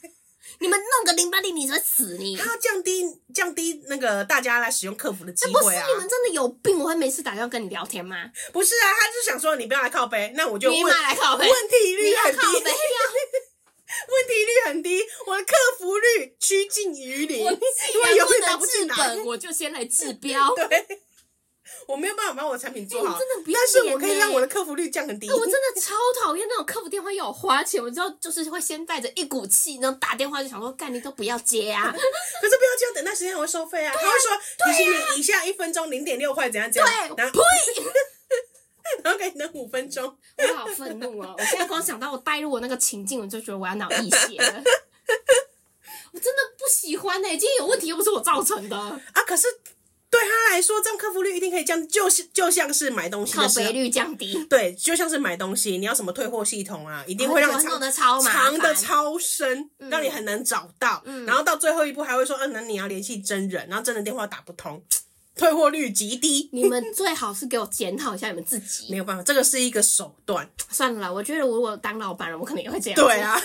[SPEAKER 6] 你们弄个零八零，你怎么死你？
[SPEAKER 1] 他要降低降低那个大家来使用客服的机
[SPEAKER 3] 哎不
[SPEAKER 1] 会
[SPEAKER 3] 是
[SPEAKER 1] 啊！
[SPEAKER 3] 你们真的有病，我会每次打电话跟你聊天吗？
[SPEAKER 1] 不是啊，他就想说你不要来靠背，那我就
[SPEAKER 3] 你
[SPEAKER 1] 问
[SPEAKER 3] 妈来靠背，
[SPEAKER 1] 问题率很低，
[SPEAKER 3] 你要靠背
[SPEAKER 1] 问题率很低，我的客服率趋近于零，因
[SPEAKER 3] 我
[SPEAKER 1] 为永远打不
[SPEAKER 3] 既
[SPEAKER 1] 进
[SPEAKER 3] 然不能治
[SPEAKER 1] 来。
[SPEAKER 3] 本，我就先来治标。
[SPEAKER 1] 对， 我没有办法把我的产品做
[SPEAKER 3] 哎
[SPEAKER 1] 好，
[SPEAKER 3] 你真的不要
[SPEAKER 1] 但是
[SPEAKER 3] 脸
[SPEAKER 1] 我可以
[SPEAKER 3] 欸
[SPEAKER 1] 让我的客服率降很低。
[SPEAKER 3] 哎我真的超讨厌那种客服电话要我花钱，我知道就是会先带着一股气，然后打电话就想说，干你都不要接 啊，
[SPEAKER 1] 可是不要这样，等段时间我会收费啊。他会说提醒你以下一分钟零点六块怎样怎样，然后 然后给你等五分钟。
[SPEAKER 3] 我好愤怒哦！我现在光想到我带入我那个情境，我就觉得我要脑溢 血了。我真的不喜欢呢、欸今天有问题又不是我造成的，
[SPEAKER 1] 啊，可是对他来说，这样客服率一定可以降，就是就像是买东西
[SPEAKER 3] 靠
[SPEAKER 1] 的时
[SPEAKER 3] 背
[SPEAKER 1] 候，
[SPEAKER 3] 率降低，
[SPEAKER 1] 对，就像是买东西，你要什么退货系统啊，一定会让你
[SPEAKER 3] 弄
[SPEAKER 1] 藏
[SPEAKER 3] 得
[SPEAKER 6] 哦
[SPEAKER 3] 超麻
[SPEAKER 1] 藏
[SPEAKER 3] 烦
[SPEAKER 1] 的超深，
[SPEAKER 6] 嗯
[SPEAKER 1] 让你很难找到。然后到最后一步还会说，嗯、那你要联系真人，然后真人电话打不通，退货率极低。
[SPEAKER 3] 你们最好是给我检讨一下你们自己。
[SPEAKER 1] 没有办法，这个是一个手段。
[SPEAKER 3] 算了啦，我觉得如果当老板了，我可能也会这样。
[SPEAKER 1] 对，啊，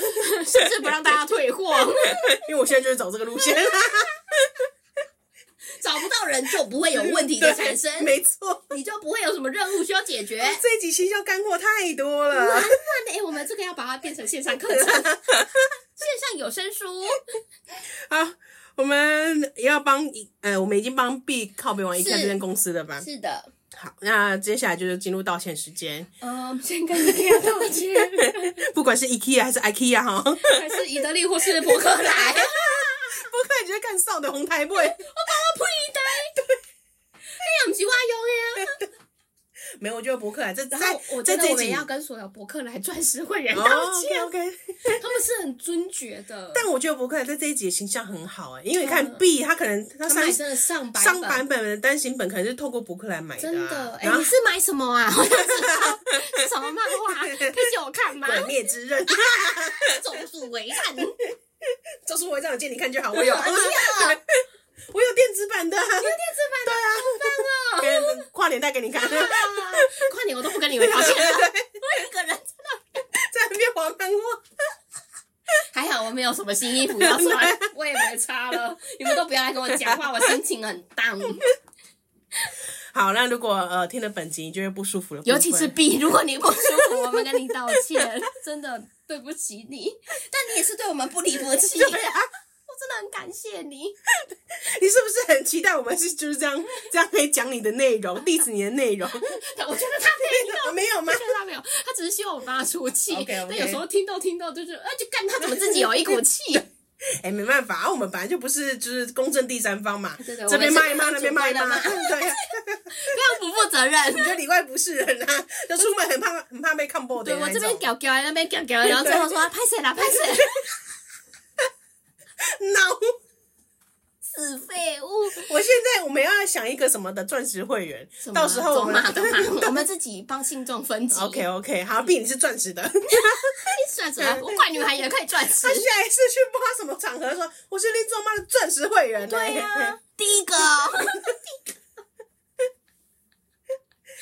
[SPEAKER 3] 甚至不让大家退货，
[SPEAKER 1] 因为我现在就是走这个路线，
[SPEAKER 6] 找不到人就不 会有问题的产生 哎
[SPEAKER 1] 对，没错，
[SPEAKER 6] 你就不会有什么任务需要解 决。
[SPEAKER 1] 这一集行销干货太多
[SPEAKER 6] 嗯
[SPEAKER 1] 了。
[SPEAKER 3] 那哎、我们这个要把它变成线上课 程，线上有声书。
[SPEAKER 1] 好，我们要帮呃，我们已经帮 B 靠背完一家这间公司了吧？
[SPEAKER 6] 是的，
[SPEAKER 1] 好，那接下来就是进入道歉时间，
[SPEAKER 6] 嗯，先跟你聊道 歉，
[SPEAKER 1] 不管是 IKEA 还是 IKEA 哈， 不可
[SPEAKER 6] 还是以德利或是伯克 莱，
[SPEAKER 1] 以觉得干少的红台妹，
[SPEAKER 6] 那不是我用的呀。
[SPEAKER 1] 没有，我觉得伯克莱这在
[SPEAKER 3] 然后我
[SPEAKER 1] 在
[SPEAKER 3] 觉得
[SPEAKER 1] 这
[SPEAKER 3] 我们
[SPEAKER 1] 集
[SPEAKER 3] 要跟所有博客来钻石会员道
[SPEAKER 1] 哦
[SPEAKER 3] 歉，
[SPEAKER 1] ，OK OK，
[SPEAKER 3] 他们是很尊爵的。
[SPEAKER 1] 但我觉得伯克莱在这一集的形象很好
[SPEAKER 3] 嗯
[SPEAKER 1] 哎、因为你看 B 他可能
[SPEAKER 6] 他
[SPEAKER 1] 他上
[SPEAKER 6] 买真的上百
[SPEAKER 1] 上版本的单行本可能是透过伯克莱买的、啊，
[SPEAKER 3] 真的，哎、
[SPEAKER 1] 然后
[SPEAKER 3] 你是买什么啊？ 我想知道是什么漫画，啊 可以借我看吗？
[SPEAKER 1] 鬼灭之刃，
[SPEAKER 6] 咒术回战，
[SPEAKER 3] 啊
[SPEAKER 1] 就是我这样借你看就好，我有，啊
[SPEAKER 3] 哎
[SPEAKER 1] 我有电子版的，对啊，好棒哦，跨年带给你看， 在
[SPEAKER 3] 啊快点，我都不跟你们聊天了，我一个人。
[SPEAKER 1] 那边玩漫画。
[SPEAKER 6] 还好我没有什么新衣服要穿，我也没差了。你们都不要来跟我讲话，我心情很 down。
[SPEAKER 1] 好，那如果呃听了本集你觉得不舒服了，
[SPEAKER 3] 尤其是 B，如果你不舒服，我们跟你道歉，
[SPEAKER 6] 真的对不起你，但你也是对我们不离不 弃。
[SPEAKER 3] 对啊我真的很感谢你。
[SPEAKER 1] 你是不是很期待我们是就是这样这样可以讲你的内 容，diss 你的内容？
[SPEAKER 3] 但我觉得他没有。
[SPEAKER 1] 没有吗？
[SPEAKER 3] 看到没有？他只是希望我帮他出气
[SPEAKER 1] OK，OK
[SPEAKER 3] 但有时候听到听到就是，哎、就干他怎么自己有 一股气？
[SPEAKER 1] 哎、没办法，啊我们本来就不是就是公正第三方嘛，
[SPEAKER 6] 对对
[SPEAKER 1] 这边骂一
[SPEAKER 6] 我
[SPEAKER 1] 骂，那
[SPEAKER 6] 们是
[SPEAKER 1] 边骂一骂，
[SPEAKER 6] 主观
[SPEAKER 1] 对啊，
[SPEAKER 3] 非常不负责
[SPEAKER 1] 你
[SPEAKER 3] 任。
[SPEAKER 1] 就里外不是人啊，就出门很怕很怕被看破的
[SPEAKER 3] 对我
[SPEAKER 1] 那一
[SPEAKER 3] 这
[SPEAKER 1] 种。
[SPEAKER 3] 边屌屌，那边屌屌，然后最后说拍谁啦，拍谁。
[SPEAKER 1] 闹，
[SPEAKER 3] 死 废物！
[SPEAKER 1] 我现在我们要想一个什么的钻石会员，到时候我
[SPEAKER 3] 走
[SPEAKER 1] 们
[SPEAKER 3] 马灯 嘛，我们自己帮信众分级。
[SPEAKER 1] OK OK，好，毕竟你是钻石的，
[SPEAKER 3] 算什么？我怪女孩也可以赚
[SPEAKER 1] 他
[SPEAKER 3] 钱。
[SPEAKER 1] 下一次去不知道什么场合说我是林总妈的钻石会员、
[SPEAKER 3] 对呀，第一个哦，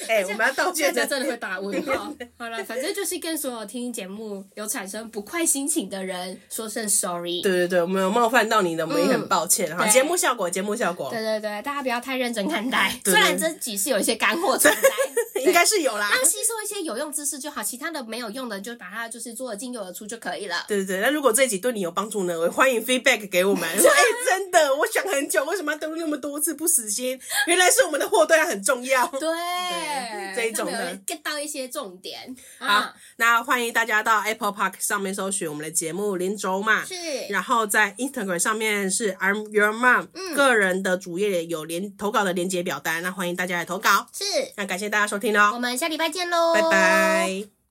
[SPEAKER 1] 哎、我们要 道
[SPEAKER 3] 大
[SPEAKER 1] 歉
[SPEAKER 3] 家真的会打问 号。好了，反正就是跟所有听节目有产生不快心情的人说声 sorry。
[SPEAKER 1] 对对对，我们有冒犯到你的，我们也很抱歉。好，
[SPEAKER 3] 对
[SPEAKER 1] 节目效果，节目效果
[SPEAKER 3] 对对对，大家不要太认真看待。
[SPEAKER 1] 对
[SPEAKER 3] 虽然这集是有一些干货存在，
[SPEAKER 1] 应该是有 啦。
[SPEAKER 3] 但吸收一些有用知识就好，其他的没有用的就把它就是做的进有的出就可以了。
[SPEAKER 1] 对对对，那如果这一集对你有帮助呢，我欢迎 feedback 给我们。 说哎、真的，我想很久，为什么要登录那么多次不死心？原来是我们的货对它很重要。
[SPEAKER 3] 对
[SPEAKER 1] 对，这一种的
[SPEAKER 3] 他们有 get 到一些重点
[SPEAKER 1] 好
[SPEAKER 3] 啊，，
[SPEAKER 1] 那欢迎大家到 Apple Park 上面搜寻我们的节目《林州嘛》，
[SPEAKER 3] 是
[SPEAKER 1] 然后在 Instagram 上面是 I'm Your Mom，、个
[SPEAKER 3] 嗯
[SPEAKER 1] 人的主页有连投稿的连接表单，那欢迎大家来投稿。
[SPEAKER 3] 是，哦
[SPEAKER 1] 那感谢大家收听喽，哦
[SPEAKER 3] 我们下礼拜见喽，
[SPEAKER 1] 拜拜。